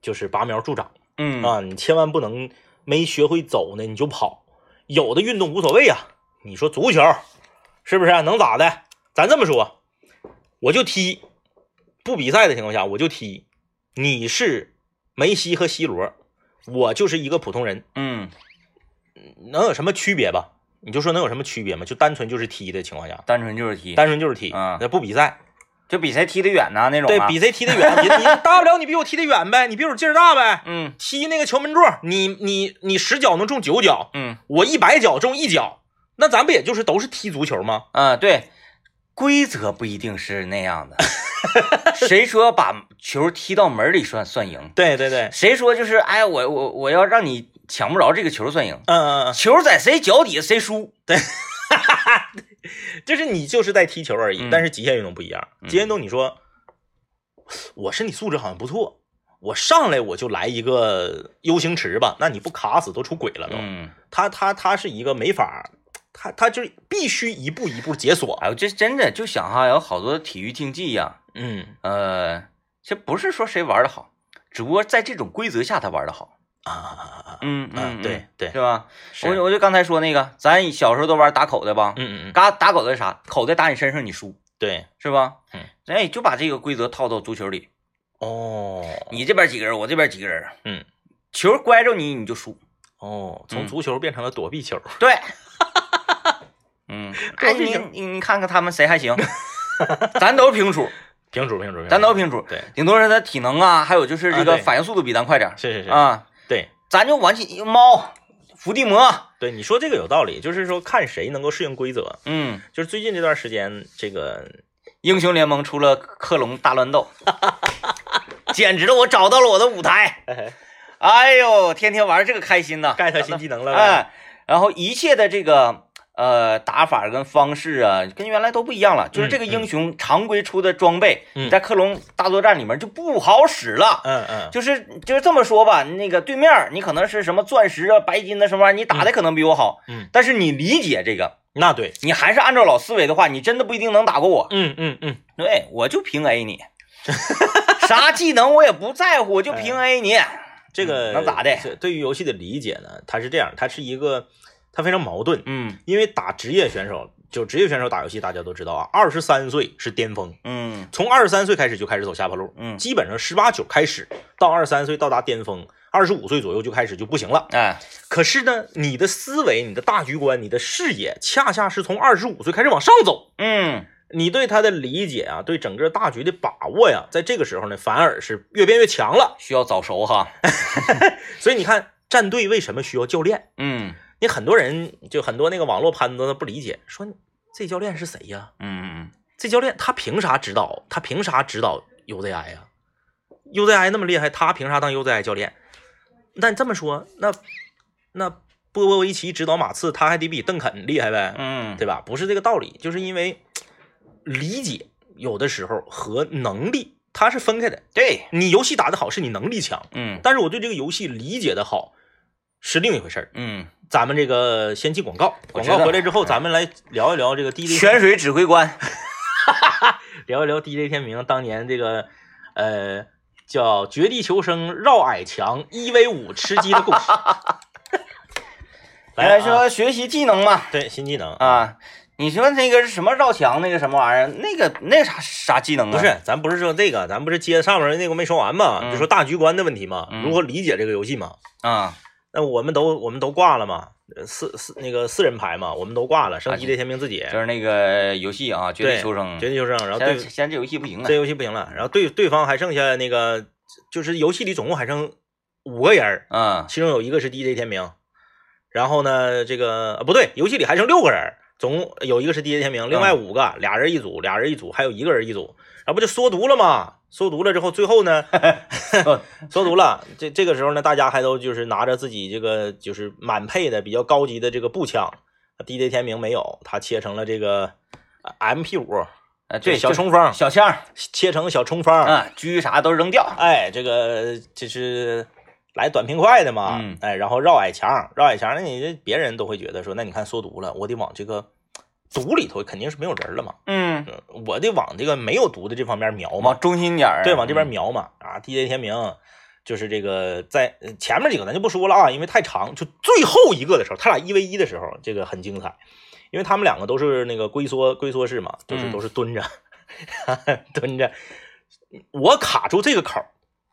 [SPEAKER 2] 就是拔苗助长
[SPEAKER 1] 嗯
[SPEAKER 2] 啊，你千万不能没学会走呢你就跑。有的运动无所谓啊，你说足球是不是啊能咋的？咱这么说，我就踢，不比赛的情况下我就踢。你是梅西和 C 罗，我就是一个普通人，
[SPEAKER 1] 嗯，
[SPEAKER 2] 能有什么区别吧？你就说能有什么区别吗？就单纯就是踢的情况下，
[SPEAKER 1] 单纯就是踢，
[SPEAKER 2] 单纯就是踢，
[SPEAKER 1] 啊
[SPEAKER 2] 那不比赛，
[SPEAKER 1] 就比谁踢得远呐那种
[SPEAKER 2] 对
[SPEAKER 1] 啊
[SPEAKER 2] 比谁踢得远，你你大不了你比我踢得远呗，你比我劲儿大呗。
[SPEAKER 1] 嗯
[SPEAKER 2] 踢那个球门柱，你你你十脚能中九脚，
[SPEAKER 1] 嗯。
[SPEAKER 2] 我一百脚中一脚，那咱不也就是都是踢足球吗？
[SPEAKER 1] 啊，对，规则不一定是那样的。 (laughs) 谁说把球踢到门里算算赢？
[SPEAKER 2] 对对对，
[SPEAKER 1] 谁说就是哎，我我我要让你抢不着这个球算赢？
[SPEAKER 2] 嗯嗯
[SPEAKER 1] 球在谁脚底下谁输？
[SPEAKER 2] 嗯，就是你就是在踢球而已。
[SPEAKER 1] 嗯
[SPEAKER 2] 但是极限运动不一样，极限运动你说我身体素质好像不错，我上来我就来一个 U 型池吧，那你不卡死都出轨了都。
[SPEAKER 1] 嗯，
[SPEAKER 2] 他他他是一个没法儿，他他就是必须一步一步解锁。
[SPEAKER 1] 哎，我这真的就想哈，有好多体育竞技呀、
[SPEAKER 2] 嗯
[SPEAKER 1] 呃，这不是说谁玩的好，只不过在这种规则下他玩的好。
[SPEAKER 2] 啊啊啊啊！
[SPEAKER 1] 嗯
[SPEAKER 2] 嗯，对，对
[SPEAKER 1] 是，吧？
[SPEAKER 2] 是
[SPEAKER 1] 我就我就刚才说那个，咱小时候都玩打口袋吧？
[SPEAKER 2] 嗯嗯嗯，
[SPEAKER 1] 嘎打口袋是啥？口袋打你身上你输
[SPEAKER 2] 对，
[SPEAKER 1] 是吧？
[SPEAKER 2] 嗯，
[SPEAKER 1] 哎，就把这个规则套到足球里。
[SPEAKER 2] 哦，
[SPEAKER 1] 你这边几个人，我这边几个人，啊
[SPEAKER 2] 嗯，
[SPEAKER 1] 球乖着你，你就输。
[SPEAKER 2] 哦，从
[SPEAKER 1] 嗯
[SPEAKER 2] 足球变成了躲避球。
[SPEAKER 1] 对，嗯，哎，
[SPEAKER 2] 都是
[SPEAKER 1] 你
[SPEAKER 2] 平
[SPEAKER 1] 你你看看他们谁还
[SPEAKER 2] (laughs)
[SPEAKER 1] 行，咱都是平处，
[SPEAKER 2] (laughs) 平主平主，
[SPEAKER 1] 咱都
[SPEAKER 2] 平
[SPEAKER 1] 是平处
[SPEAKER 2] 主。，对，
[SPEAKER 1] 顶多是他体能啊，还有就是这
[SPEAKER 2] 啊
[SPEAKER 1] 个
[SPEAKER 2] 对
[SPEAKER 1] 反应速度比咱快点儿
[SPEAKER 2] 是是是，
[SPEAKER 1] 啊，
[SPEAKER 2] 对
[SPEAKER 1] 咱就往起猫伏地魔，
[SPEAKER 2] 对，你说这个有道理，就是说看谁能够适应规则。
[SPEAKER 1] 嗯，
[SPEAKER 2] 就是最近这段时间，这个
[SPEAKER 1] 英雄联盟出了克隆大乱
[SPEAKER 2] (laughs)
[SPEAKER 1] 斗，简直了，我找到了我的舞台，哎呦，天天玩这个开心呐，
[SPEAKER 2] get 新技能了呗。
[SPEAKER 1] 啊哎，然后一切的这个呃打法跟方式啊，跟原来都不一样了。就是这个英雄常规出的装备，
[SPEAKER 2] 嗯
[SPEAKER 1] 你在克隆大作战里面就不好使了。
[SPEAKER 2] 嗯嗯，
[SPEAKER 1] 就是就是这么说吧，那个对面你可能是什么钻石啊、白金的什么玩意儿，你打的可能比我好，
[SPEAKER 2] 嗯
[SPEAKER 1] 但是你理解这个，
[SPEAKER 2] 那对，
[SPEAKER 1] 你还是按照老思维的话，你真的不一定能打过我。
[SPEAKER 2] 嗯嗯嗯，
[SPEAKER 1] 对我就平 A
[SPEAKER 2] (laughs)
[SPEAKER 1] 你，啥技能我也不在乎，我就平
[SPEAKER 2] 哎
[SPEAKER 1] A 你。
[SPEAKER 2] 这个
[SPEAKER 1] 嗯能咋的
[SPEAKER 2] 这对于游戏的理解呢，它是这样，它是一个，它非常矛盾，
[SPEAKER 1] 嗯
[SPEAKER 2] 因为打职业选手，就职业选手打游戏，大家都知道啊，二十三岁是巅峰，
[SPEAKER 1] 嗯
[SPEAKER 2] 从二十三岁开始就开始走下坡路，
[SPEAKER 1] 嗯
[SPEAKER 2] 基本上十八九开始到二十三岁到达巅峰，二十五岁左右就开始就不行了。
[SPEAKER 1] 哎
[SPEAKER 2] 可是呢，你的思维、你的大局观、你的视野，恰恰是从二十五岁开始往上走。
[SPEAKER 1] 嗯
[SPEAKER 2] 你对他的理解啊，对整个大局的把握呀，在这个时候呢，反而是越变越强了。
[SPEAKER 1] 需要早熟哈。
[SPEAKER 2] 所以你看，战队为什么需要教练？
[SPEAKER 1] 嗯
[SPEAKER 2] 你很多人就很多那个网络攀子他不理解，说这教练是谁呀？
[SPEAKER 1] 嗯嗯。
[SPEAKER 2] 这教练他凭啥指导？他凭啥指导 UZI 呀？UZI 那么厉害，他凭啥当 UZI 教练？那你这么说，那那波波维奇指导马刺，他还得比邓肯厉害呗？
[SPEAKER 1] 嗯，
[SPEAKER 2] 对吧？不是这个道理，就是因为理解有的时候和能力它是分开的。
[SPEAKER 1] 对，
[SPEAKER 2] 你游戏打得好是你能力强，
[SPEAKER 1] 嗯
[SPEAKER 2] 但是我对这个游戏理解的好是另一回事儿。
[SPEAKER 1] 嗯，
[SPEAKER 2] 咱们这个先进广告，
[SPEAKER 1] 我
[SPEAKER 2] 广
[SPEAKER 1] 知道
[SPEAKER 2] 告回来之后，咱们来聊一聊这个 DJ，
[SPEAKER 1] 泉水指挥官，
[SPEAKER 2] 聊一聊 DJ 天明当年这个呃叫绝地求生、绕矮墙、一 v 五吃鸡的故
[SPEAKER 1] (laughs)
[SPEAKER 2] 事。
[SPEAKER 1] (laughs) 来
[SPEAKER 2] 啊
[SPEAKER 1] 说学习技能嘛，
[SPEAKER 2] 对新技能，
[SPEAKER 1] 啊，你说那个是什么绕墙那个什么玩意儿，那个那啥啥技能啊？
[SPEAKER 2] 不，是，咱不是说这个，咱不是接上面那个没说完嘛，
[SPEAKER 1] 嗯
[SPEAKER 2] 就说大局观的问题嘛，
[SPEAKER 1] 嗯
[SPEAKER 2] 如何理解这个游戏嘛？
[SPEAKER 1] 啊，
[SPEAKER 2] 那我们都我们都挂了嘛，呃四四那个四人牌嘛，我们都挂了，剩
[SPEAKER 1] 啊
[SPEAKER 2] 一的天命自己，
[SPEAKER 1] 就是那个游戏啊，绝地
[SPEAKER 2] 对
[SPEAKER 1] 求生，
[SPEAKER 2] 绝
[SPEAKER 1] 现
[SPEAKER 2] 地求生，然后
[SPEAKER 1] 在
[SPEAKER 2] 对
[SPEAKER 1] 现在这游戏不行啊
[SPEAKER 2] 这，游戏不行了，然后对对方还剩下那个就是游戏里总共还剩五个人儿，
[SPEAKER 1] 嗯
[SPEAKER 2] 其中有一个是 DJ 天明，然后呢这个、啊、不对，游戏里还剩六个人儿，总共有一个是 DJ 天明，另外五个俩人一组，俩人一组，还有一个人一组，然后不就缩毒了吗？缩毒了之后，最后呢缩毒了，这这个时候呢，大家还都就是拿着自己这个就是满配的比较高级的这个步枪，DJ 天明没有，他切成了这个 MP 五。
[SPEAKER 1] 啊，对，
[SPEAKER 2] 小
[SPEAKER 1] 冲
[SPEAKER 2] 冲锋，
[SPEAKER 1] 小枪儿，
[SPEAKER 2] 切成小冲锋儿，
[SPEAKER 1] 啊，狙啥都扔掉，
[SPEAKER 2] 哎，这个就是来短平快的嘛，
[SPEAKER 1] 嗯
[SPEAKER 2] 哎，然后绕矮墙，绕矮墙，那你这别人都会觉得说，那你看缩毒了，我得往这个毒里头肯定是没有人了嘛，
[SPEAKER 1] 嗯，
[SPEAKER 2] 呃我得往这个没有毒的这方面瞄嘛，
[SPEAKER 1] 往中心点儿，
[SPEAKER 2] 对，往这
[SPEAKER 1] 嗯，
[SPEAKER 2] 边瞄嘛，啊，DJ 天明。就是这个在呃前面几个咱就不说了啊，因为太长。就最后一个的时候，他俩一 v 一的时候，这个很精彩，因为他们两个都是那个龟缩龟缩式嘛，就是
[SPEAKER 1] 嗯
[SPEAKER 2] 都是蹲着， (laughs) 蹲着。我卡住这个口儿，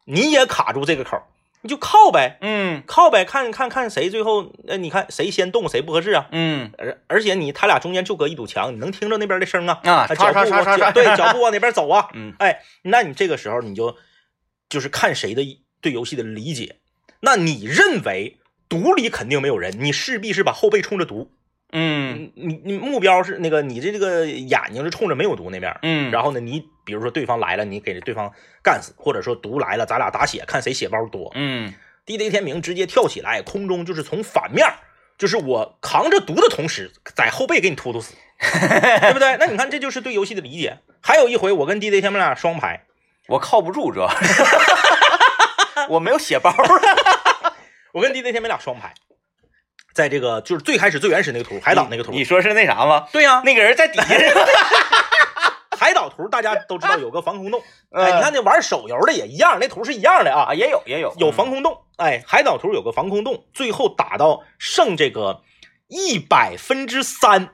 [SPEAKER 2] 你也卡住这个口儿，你就靠呗，
[SPEAKER 1] 嗯
[SPEAKER 2] 靠呗，看看看谁最后，呃，你看谁先动谁不合适啊。
[SPEAKER 1] 嗯，
[SPEAKER 2] 而而且你他俩中间就隔一堵墙，你能听着那边的声啊，
[SPEAKER 1] 啊，
[SPEAKER 2] 啊
[SPEAKER 1] 叉
[SPEAKER 2] 脚步
[SPEAKER 1] 叉叉
[SPEAKER 2] 往
[SPEAKER 1] 叉
[SPEAKER 2] 脚
[SPEAKER 1] 叉， (laughs)
[SPEAKER 2] 对，脚步往哪边走啊？
[SPEAKER 1] 嗯
[SPEAKER 2] 哎，那你这个时候你就就是看谁的对游戏的理解。那你认为毒里肯定没有人，你势必是把后背冲着毒，
[SPEAKER 1] 嗯
[SPEAKER 2] 你你你目标是那个你这这个眼睛是冲着没有毒那边儿。
[SPEAKER 1] 嗯，
[SPEAKER 2] 然
[SPEAKER 1] 后
[SPEAKER 2] 后呢，你比如说对方来了，你给对方干死，或者说毒来了，咱俩打血，看谁血包多。
[SPEAKER 1] 嗯
[SPEAKER 2] DJ 天明直接跳起来，空中就是从反面儿，就是我扛着毒的同时，在后背给你突突死，对不对？那你看，这就是对游戏的理解。还有一回，我跟 DJ 天明俩双排，
[SPEAKER 1] 我靠不住主要是， (laughs) 我没有血包儿，
[SPEAKER 2] 我跟 DJ 天明俩双排，在这个就是最开始最原始那个图，海岛那个图，
[SPEAKER 1] 你说是那啥吗？
[SPEAKER 2] 对呀、
[SPEAKER 1] 那个人在底下，
[SPEAKER 2] 海岛图大家都知道有个
[SPEAKER 1] (laughs)
[SPEAKER 2] 防空洞，
[SPEAKER 1] 嗯
[SPEAKER 2] 哎，你看那玩手游的也一样，那图是一样的啊
[SPEAKER 1] 啊，，也有也有
[SPEAKER 2] 有防空洞，哎，海岛图有个防空洞，最后打到剩这个一百分之三，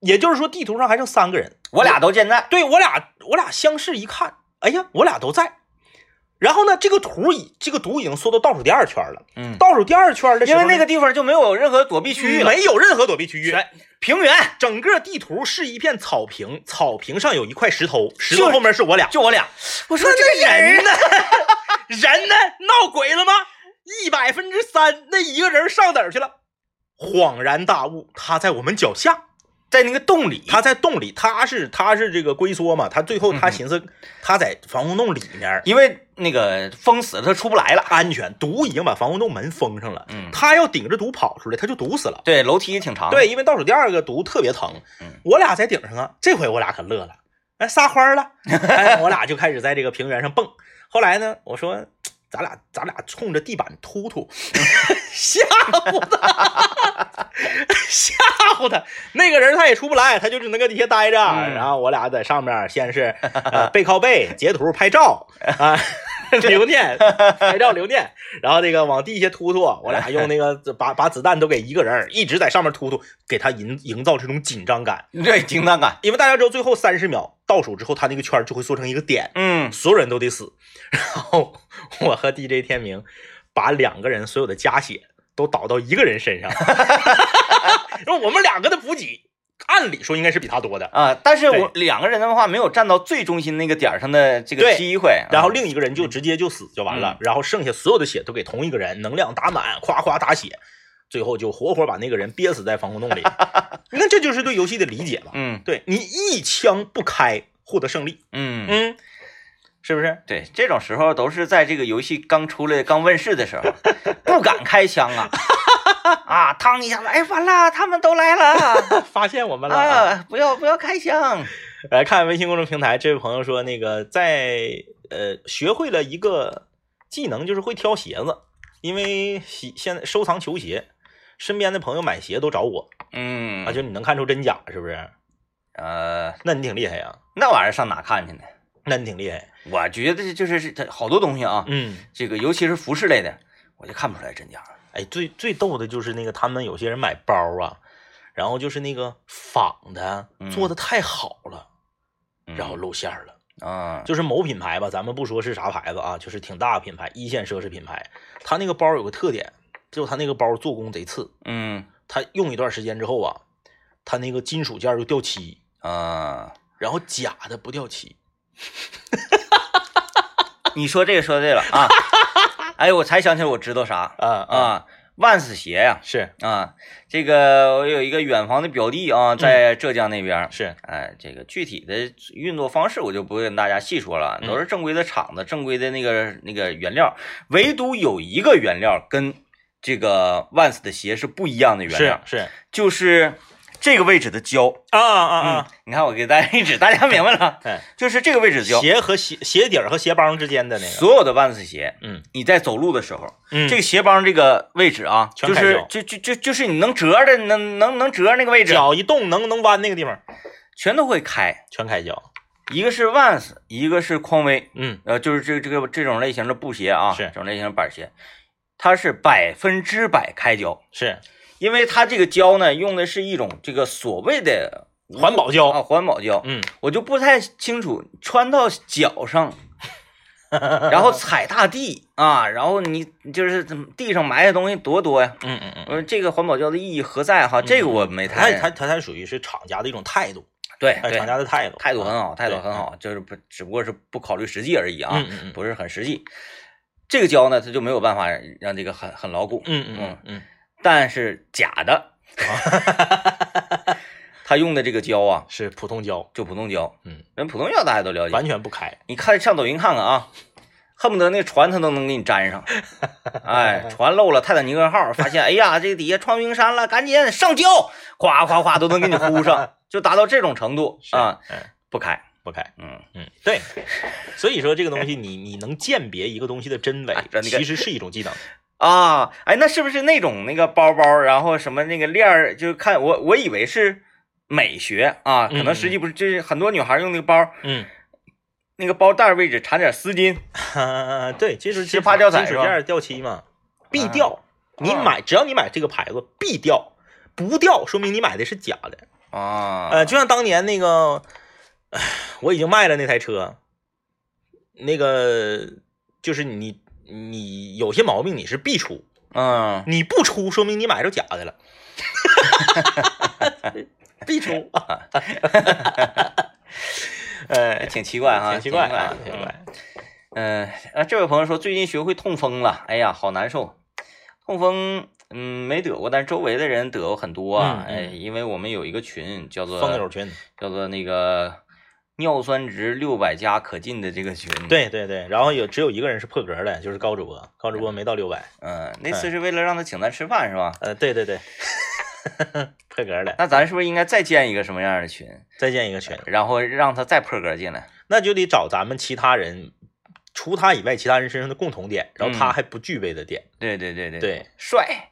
[SPEAKER 2] 也就是说地图上还剩三个人，
[SPEAKER 1] 我俩都健在。
[SPEAKER 2] 对我俩，我俩相视一看，哎呀，我俩都在。然后呢，这个图已这个毒已经缩到倒数第二圈了。
[SPEAKER 3] 嗯，
[SPEAKER 2] 倒数第二圈的时
[SPEAKER 1] 因
[SPEAKER 2] 候
[SPEAKER 1] 为
[SPEAKER 2] 呢，
[SPEAKER 1] 那个地方就没有任何躲避区域了，
[SPEAKER 2] 没有任何躲避区域，
[SPEAKER 1] 全平原，
[SPEAKER 2] 整个地图是一片草坪，草坪上有一块石头，石
[SPEAKER 1] 就
[SPEAKER 2] 头
[SPEAKER 1] 是
[SPEAKER 2] 后面是我俩。
[SPEAKER 1] 就我俩。我说
[SPEAKER 2] 那
[SPEAKER 1] 这
[SPEAKER 2] 那
[SPEAKER 1] 个
[SPEAKER 2] 人
[SPEAKER 1] 人
[SPEAKER 2] (laughs) 呢？人呢？闹鬼了吗？一百分之三，那一个人上哪儿去了？恍然大悟，他在我们脚下，
[SPEAKER 1] 在那个洞里，
[SPEAKER 2] 他在洞里，他是他是这个龟缩嘛，他最后他寻思他在防空洞里面
[SPEAKER 1] 因为那个封死了，他出不来了。
[SPEAKER 2] 安全，毒已经把防空洞门封上了，
[SPEAKER 1] 嗯
[SPEAKER 2] 他要顶着毒跑出来，他就毒死了。
[SPEAKER 1] 对，楼梯挺长。，
[SPEAKER 2] 对，因为倒数第二个毒特别疼
[SPEAKER 1] 嗯，
[SPEAKER 2] 我俩在顶上啊，这回我俩可乐了，哎，撒欢儿
[SPEAKER 1] (laughs)
[SPEAKER 2] 了，哎，我俩就开始在这个平原上蹦。后来呢，我说咱俩咱俩冲着地板突突， (laughs) 吓唬他，吓唬他。那个人他也出不来，他就只能搁底下待着。
[SPEAKER 1] 嗯
[SPEAKER 2] 然后我俩在上面先是、呃、背靠背截图拍照啊。留念，拍照留念，然后那个往地下突突，我俩用那个把把子弹都给一个人儿，一直在上面突突，给他营营造这种紧张感。
[SPEAKER 1] 对，紧张感。
[SPEAKER 2] 因为大家知道最后三十秒倒数之后，他那个圈儿就会缩成一个点，
[SPEAKER 1] 嗯，
[SPEAKER 2] 所有人都得死。 (laughs) 然后我和 DJ 天明把两个人所有的加血都倒到一个人身上， (laughs) 然后我们两个的补给，按理说应该是比他多的。
[SPEAKER 1] 啊，但是我两个人的话没有站到最中心那个点儿上的这个
[SPEAKER 2] 对
[SPEAKER 1] 机会，
[SPEAKER 2] 然后
[SPEAKER 1] 啊
[SPEAKER 2] 另一个人就直接就死就完了，然后剩下所有的血都给同一个人，能量打满，夸夸打血，最后就活活把那个人憋死在防空 (laughs) 洞里。那这就是对游戏的理解吧？
[SPEAKER 1] 嗯
[SPEAKER 2] 对你一枪不开获得胜利，
[SPEAKER 1] 嗯，
[SPEAKER 2] 嗯，是不是？
[SPEAKER 1] 对，这种时候都是在这个游戏刚出来、刚问世的时候，不敢开枪啊啊，嘡一下子，哎，完了，他们都来了
[SPEAKER 2] 发现我们了、啊！
[SPEAKER 1] 啊，不要不要开枪，
[SPEAKER 2] 来看微信公众平台，这位朋友说，那个在呃学会了一个技能，就是会挑鞋子，因为喜现在收藏球鞋，身边的朋友买鞋都找我
[SPEAKER 1] 嗯
[SPEAKER 2] 啊，就你能看出真假是不是？
[SPEAKER 1] 呃，
[SPEAKER 2] 那你挺厉害呀、
[SPEAKER 1] 那玩意儿上哪看去呢？
[SPEAKER 2] 那你挺厉害。
[SPEAKER 1] 我觉得就是是这好多东西啊，
[SPEAKER 2] 嗯，
[SPEAKER 1] 这个尤其是服饰类的，我就看不出来真假。
[SPEAKER 2] 哎，最最逗的就是那个他们有些人买包啊，然后就是那个仿的
[SPEAKER 1] 嗯
[SPEAKER 2] 做的太好了，
[SPEAKER 1] 嗯
[SPEAKER 2] 然后露馅儿了。
[SPEAKER 1] 啊，
[SPEAKER 2] 就是某品牌吧，咱们不说是啥牌子啊，就是挺大的品牌，一线奢侈品牌。它那个包有个特点，就它那个包做工贼次，
[SPEAKER 1] 嗯
[SPEAKER 2] 它用一段时间之后啊，它那个金属件儿就掉漆，
[SPEAKER 1] 啊，
[SPEAKER 2] 然后假的不掉漆。
[SPEAKER 1] 你说这个说对了啊，
[SPEAKER 2] (laughs)
[SPEAKER 1] 哎，我才想起来我知道啥
[SPEAKER 2] 啊啊，
[SPEAKER 1] 啊，万斯鞋呀
[SPEAKER 2] 是
[SPEAKER 1] 啊，这个我有一个远房的表弟啊，在
[SPEAKER 2] 嗯
[SPEAKER 1] 浙江那边。
[SPEAKER 2] 是，
[SPEAKER 1] 哎，这个具体的运作方式我就不会跟大家细说了，
[SPEAKER 2] 嗯
[SPEAKER 1] 都是正规的厂子、正规的那个那个原料，唯独有一个原料跟这个万斯的鞋是不一样的原料
[SPEAKER 2] 是，是
[SPEAKER 1] 就是这个位置的胶
[SPEAKER 2] 啊啊
[SPEAKER 1] 嗯
[SPEAKER 2] 啊！，
[SPEAKER 1] 你看我给大家一指，大家明白
[SPEAKER 2] (laughs)
[SPEAKER 1] 了，
[SPEAKER 2] 哎，
[SPEAKER 1] 就是这个位置的胶，
[SPEAKER 2] 鞋和鞋鞋底儿和鞋帮之间的那个，
[SPEAKER 1] 所有的万斯鞋，
[SPEAKER 2] 嗯
[SPEAKER 1] 你在走路的时候，
[SPEAKER 2] 嗯，
[SPEAKER 1] 这个鞋帮这个位置啊，
[SPEAKER 2] 全
[SPEAKER 1] 就
[SPEAKER 2] 开
[SPEAKER 1] 是
[SPEAKER 2] 胶
[SPEAKER 1] 就就就就是你能折的，能能能折那个位置，
[SPEAKER 2] 脚一动能能弯那个地方
[SPEAKER 1] 全都会开。
[SPEAKER 2] 全开胶。
[SPEAKER 1] 一个是万斯，一个是匡威，
[SPEAKER 2] 嗯，
[SPEAKER 1] 呃，就是这个这个这种类型的布鞋啊，
[SPEAKER 2] 是
[SPEAKER 1] 这种类型的板鞋，它是百分之百开胶，
[SPEAKER 2] 是
[SPEAKER 1] 因为它这个胶呢用的是一种这个所谓的
[SPEAKER 2] 环保胶。
[SPEAKER 1] 啊环保胶，
[SPEAKER 2] 嗯，
[SPEAKER 1] 我就不太清楚穿到脚
[SPEAKER 2] (laughs)
[SPEAKER 1] 上，然后踩踏地啊，然后你就是怎么地上埋的东西多多呀。
[SPEAKER 2] 嗯嗯嗯。
[SPEAKER 1] 我说这个环保胶的意义何在哈？这个我没
[SPEAKER 2] 它
[SPEAKER 1] 哦太
[SPEAKER 2] 嗯它它它属于是厂家的一种态度，
[SPEAKER 1] 对
[SPEAKER 2] 哎，
[SPEAKER 1] 对
[SPEAKER 2] 厂家的态度，
[SPEAKER 1] 态度很
[SPEAKER 2] 啊
[SPEAKER 1] 好，态度
[SPEAKER 2] 对
[SPEAKER 1] 很好，就是不只不过是不考虑实际而已啊
[SPEAKER 2] 嗯，嗯嗯
[SPEAKER 1] 不是很实际。这个胶呢，它就没有办法让这个很很牢固，
[SPEAKER 2] 嗯嗯嗯
[SPEAKER 1] 但是假的，
[SPEAKER 2] 啊
[SPEAKER 1] (laughs) 它用的这个胶啊，
[SPEAKER 2] 是普通胶，
[SPEAKER 1] 就普通胶，
[SPEAKER 2] 嗯，
[SPEAKER 1] 人普通胶大家都了解，
[SPEAKER 2] 完全不开。
[SPEAKER 1] 你看上抖音看看啊，恨不得那船它都能给你粘
[SPEAKER 2] (laughs)
[SPEAKER 1] 上。哎，船漏了泰坦尼克号，发现哎呀，这底下撞冰山了，赶紧上胶，夸夸夸都能给你糊上，就达到这种程度
[SPEAKER 2] 是
[SPEAKER 1] 啊！，
[SPEAKER 2] 嗯，
[SPEAKER 1] 不开，
[SPEAKER 2] 不开，
[SPEAKER 1] 嗯，
[SPEAKER 2] 嗯，对。所以说这个东西你，你能鉴别一个东西的真伪
[SPEAKER 1] 哎，真的
[SPEAKER 2] 其实是一种技能。
[SPEAKER 1] 啊，哎，那是不是那种那个包包，然后什么那个链儿，就是看我我以为是美学啊，可能实际不是，就是很多女孩用那个包，
[SPEAKER 2] (laughs) 嗯，
[SPEAKER 1] 那个包带儿位置缠点丝巾，
[SPEAKER 2] 哈，啊对，这就是啊
[SPEAKER 1] 是发胶彩
[SPEAKER 2] 金
[SPEAKER 1] 是
[SPEAKER 2] 属
[SPEAKER 1] 吧
[SPEAKER 2] 件儿掉漆嘛，必掉。你买，只要你买这个牌子，必掉。不掉，说明你买的是假的。
[SPEAKER 1] 啊，
[SPEAKER 2] 呃，就像当年那个，唉我已经卖了那台车，那个就是你你有些毛病你是必出，
[SPEAKER 1] 嗯，
[SPEAKER 2] 你不出说明你买着假的了， (laughs) 必 (laughs) 出。哎，
[SPEAKER 1] 挺奇怪哈，
[SPEAKER 2] 挺奇怪啊，
[SPEAKER 1] 挺
[SPEAKER 2] 挺
[SPEAKER 1] 奇怪。
[SPEAKER 2] 奇怪。
[SPEAKER 1] 嗯，啊，这位朋友说最近学会痛风了，哎呀，好难受。痛风，嗯，没得过，但是周围的人得过很多啊。
[SPEAKER 2] 嗯嗯
[SPEAKER 1] 哎，因为我们有一个群叫做
[SPEAKER 2] 疯狗群，
[SPEAKER 1] 叫做那个尿酸值六百加可进的这个群。，
[SPEAKER 2] 对对对，然后有只有一个人是破格的，就是高主播，高主播没到六百。
[SPEAKER 1] 嗯，那
[SPEAKER 2] 哎
[SPEAKER 1] 次是为了让他请咱吃饭是吧？
[SPEAKER 2] 呃，对对 (laughs) 对，破格的，
[SPEAKER 1] 那咱是不是应该再建一个什么样的群，
[SPEAKER 2] 再建一个群，
[SPEAKER 1] 然后让他再破格进来？
[SPEAKER 2] 那就得找咱们其他人，除他以外其他人身上的共同点，然后他
[SPEAKER 1] 嗯
[SPEAKER 2] 还不具备的点。
[SPEAKER 1] 对对对对，
[SPEAKER 2] 对，
[SPEAKER 1] 帅，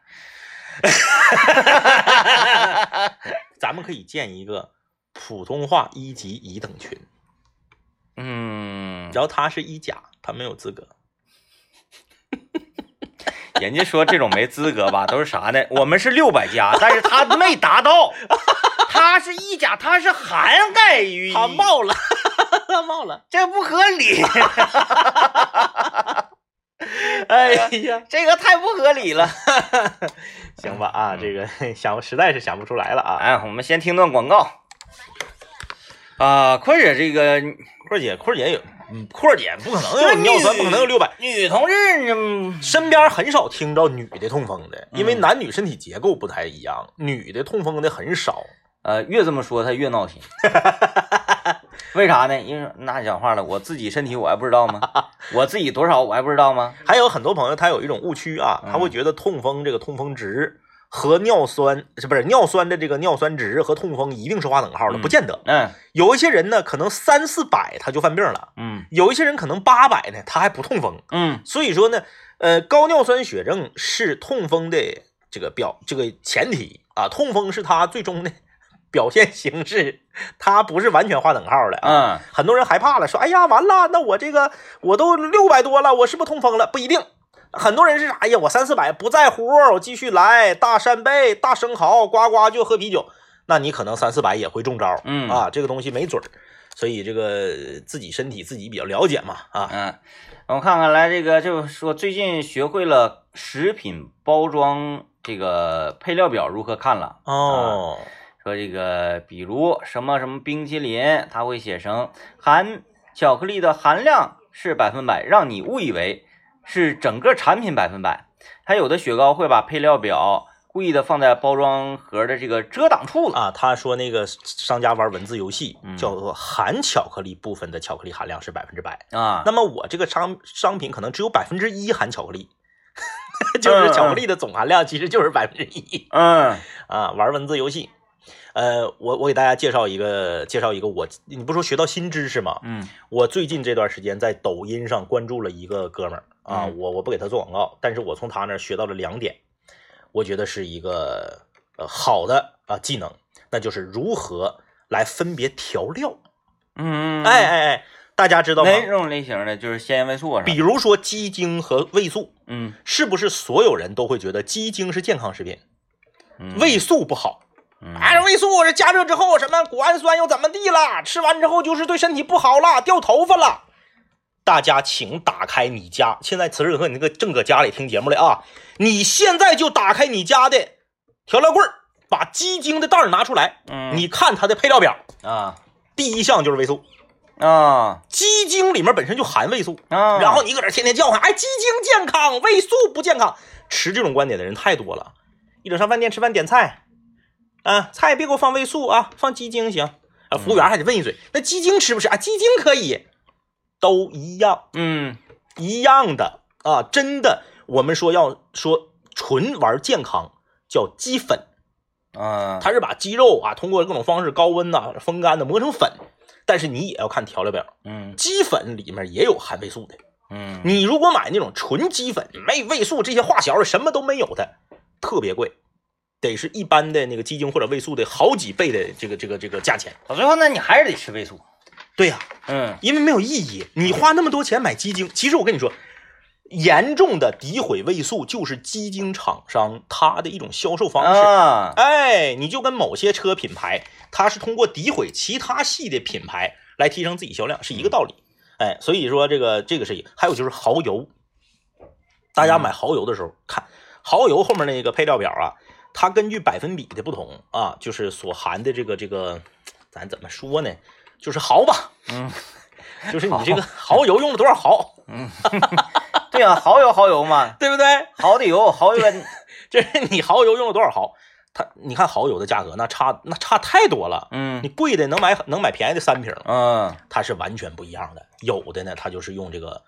[SPEAKER 2] 咱们可以建一个普通话一级乙等群，
[SPEAKER 1] 嗯
[SPEAKER 2] 然，后他是一甲，他没有资格。
[SPEAKER 1] 人家说这种没资格吧，都是啥呢？我们是六百加，但是他没达到，他是一甲，他是涵盖于一
[SPEAKER 2] 他冒了， (laughs) 他冒了。
[SPEAKER 1] 这不合理，
[SPEAKER 2] 哎 (laughs) 呀，
[SPEAKER 1] 这个太不合理了。
[SPEAKER 2] 行吧啊，
[SPEAKER 1] 嗯
[SPEAKER 2] 这个 (laughs) 想实在是想不出来了啊。
[SPEAKER 1] 哎，我们先听段广告。啊，坤姐，这个
[SPEAKER 2] 阔儿姐，阔儿姐有，嗯，阔儿姐不可能有尿酸，不可能有六百。
[SPEAKER 1] 女同志，嗯
[SPEAKER 2] 身边很少听到女的痛风的，因为
[SPEAKER 1] 嗯
[SPEAKER 2] 男女身体结构不太一样，女的痛风的很少。
[SPEAKER 1] 呃，越这么说他越闹心。 (laughs) 为啥呢？因为那讲话了，我自己身体我还不知
[SPEAKER 2] (laughs)
[SPEAKER 1] 道吗？我自己多少我还不知道吗？
[SPEAKER 2] 还有很多朋友他有一种误区啊，他会觉得痛风这个痛风值和尿酸是不是尿酸的这个尿酸值和痛风一定是划等号的，
[SPEAKER 1] 嗯
[SPEAKER 2] 不见得。 (laughs)
[SPEAKER 1] 嗯
[SPEAKER 2] 有一些人呢，可能三四百他就犯病了，
[SPEAKER 1] 嗯
[SPEAKER 2] 有一些人可能八百呢，他还不痛风。
[SPEAKER 1] 嗯
[SPEAKER 2] 所以说呢，呃，高尿酸血症是痛风的这个表这个前提啊，痛风是它最终的 (laughs) 表现形式，它不是完全划等号的啊。
[SPEAKER 1] 嗯
[SPEAKER 2] 很多人害怕了，说哎呀完了，那我这个我都六百多了，我是不是痛风了？不一定。很多人是啥哎呀，我三四百不在乎，我继续来大扇贝、大生蚝，呱呱就喝啤酒。那你可能三四百也会中招，
[SPEAKER 1] 嗯
[SPEAKER 2] 啊，这个东西没准儿，所以这个自己身体自己比较了解嘛，啊，
[SPEAKER 1] 嗯，我看看来这个就是说最近学会了食品包装这个配料表如何看了。
[SPEAKER 2] 哦，
[SPEAKER 1] 说这个，比如什么什么冰淇淋，它会写成含巧克力的含量是百分百，让你误以为是整个产品百分百。还有的雪糕会把配料表故意的放在包装盒的这个遮挡处了。
[SPEAKER 2] 啊，他说那个商家玩文字游戏，
[SPEAKER 1] 嗯
[SPEAKER 2] 叫做含巧克力部分的巧克力含量是百分之百。
[SPEAKER 1] 啊，
[SPEAKER 2] 那么我这个商商品可能只有百分之一含巧克力， (laughs) 就是巧克力的总含量其实就是百分之一
[SPEAKER 1] 嗯
[SPEAKER 2] 啊。玩文字游戏，呃，我我给大家介绍一个介绍一个我，你不是说学到新知识吗？
[SPEAKER 1] 嗯
[SPEAKER 2] 我最近这段时间在抖音上关注了一个哥们儿啊，
[SPEAKER 1] 嗯
[SPEAKER 2] 我我不给他做广告，但是我从他那儿学到了两点，我觉得是一个呃好的啊技能，那就是如何来分别调料。
[SPEAKER 1] 嗯，
[SPEAKER 2] 哎，哎哎，大家知道吗？
[SPEAKER 1] 哪种类型的就是纤维素啊？
[SPEAKER 2] 比如说鸡精和味素，
[SPEAKER 1] 嗯，
[SPEAKER 2] 是不是所有人都会觉得鸡精是健康食品，
[SPEAKER 1] 嗯
[SPEAKER 2] 味素不好？
[SPEAKER 1] 嗯
[SPEAKER 2] 哎，味素这加热之后什么谷氨酸又怎么地了？吃完之后就是对身体不好了，掉头发了。大家请打开你家，现在此时此刻你那个正搁家里听节目的啊，你现在就打开你家的调料柜儿，把鸡精的袋儿拿出来，
[SPEAKER 1] 嗯
[SPEAKER 2] 你看它的配料表，
[SPEAKER 1] 啊
[SPEAKER 2] 第一项就是味素，
[SPEAKER 1] 啊
[SPEAKER 2] 鸡精里面本身就含味素，
[SPEAKER 1] 啊，
[SPEAKER 2] 然后你搁这儿天天叫唤，哎，鸡精健康，味素不健康，持这种观点的人太多了。一整上饭店吃饭点菜，啊，菜别给我放味素啊，放鸡精行。啊，服务员还得问一嘴，那鸡精吃不吃啊？鸡精可以，都一样
[SPEAKER 1] 嗯
[SPEAKER 2] 一样的啊，真的。我们说要说纯玩健康叫鸡粉，
[SPEAKER 1] 啊，
[SPEAKER 2] 它是把鸡肉啊通过各种方式高温呐、风干的磨成粉，但是你也要看调料表，
[SPEAKER 1] 嗯
[SPEAKER 2] 鸡粉里面也有含味素的。
[SPEAKER 1] 嗯
[SPEAKER 2] 你如果买那种纯鸡粉，没味素这些化学的，什么都没有的，特别贵，得是一般的那个鸡精或者味素的好几倍的这个这个这个价钱。
[SPEAKER 1] 到最后呢，你还是得吃味素。
[SPEAKER 2] 对呀、
[SPEAKER 1] 嗯
[SPEAKER 2] 因为没有意义，你花那么多钱买鸡精，其实我跟你说，严重的诋毁味素就是鸡精厂商它的一种销售方式。
[SPEAKER 1] 啊，
[SPEAKER 2] 哎，你就跟某些车品牌，它是通过诋毁其他系的品牌来提升自己销量，是一个道理。哎，所以说这个这个是一个，还有就是蚝油，大家买蚝油的时候、看蚝油后面那个配料表啊，它根据百分比的不同啊，就是所含的这个这个，咱怎么说呢？就是毫吧，
[SPEAKER 1] 嗯，
[SPEAKER 2] 就是你这个蚝油用了多少毫，
[SPEAKER 1] (laughs) 对啊，蚝油蚝油嘛，
[SPEAKER 2] 对不对？
[SPEAKER 1] 蚝的油，
[SPEAKER 2] (laughs)
[SPEAKER 1] 蚝油跟
[SPEAKER 2] 这是你蚝油用了多少毫？它你看蚝油的价格那差那差太多了，
[SPEAKER 1] 嗯
[SPEAKER 2] 你贵的能买能买便宜的三瓶，
[SPEAKER 1] 嗯
[SPEAKER 2] 它是完全不一样的。有的呢，它就是用这个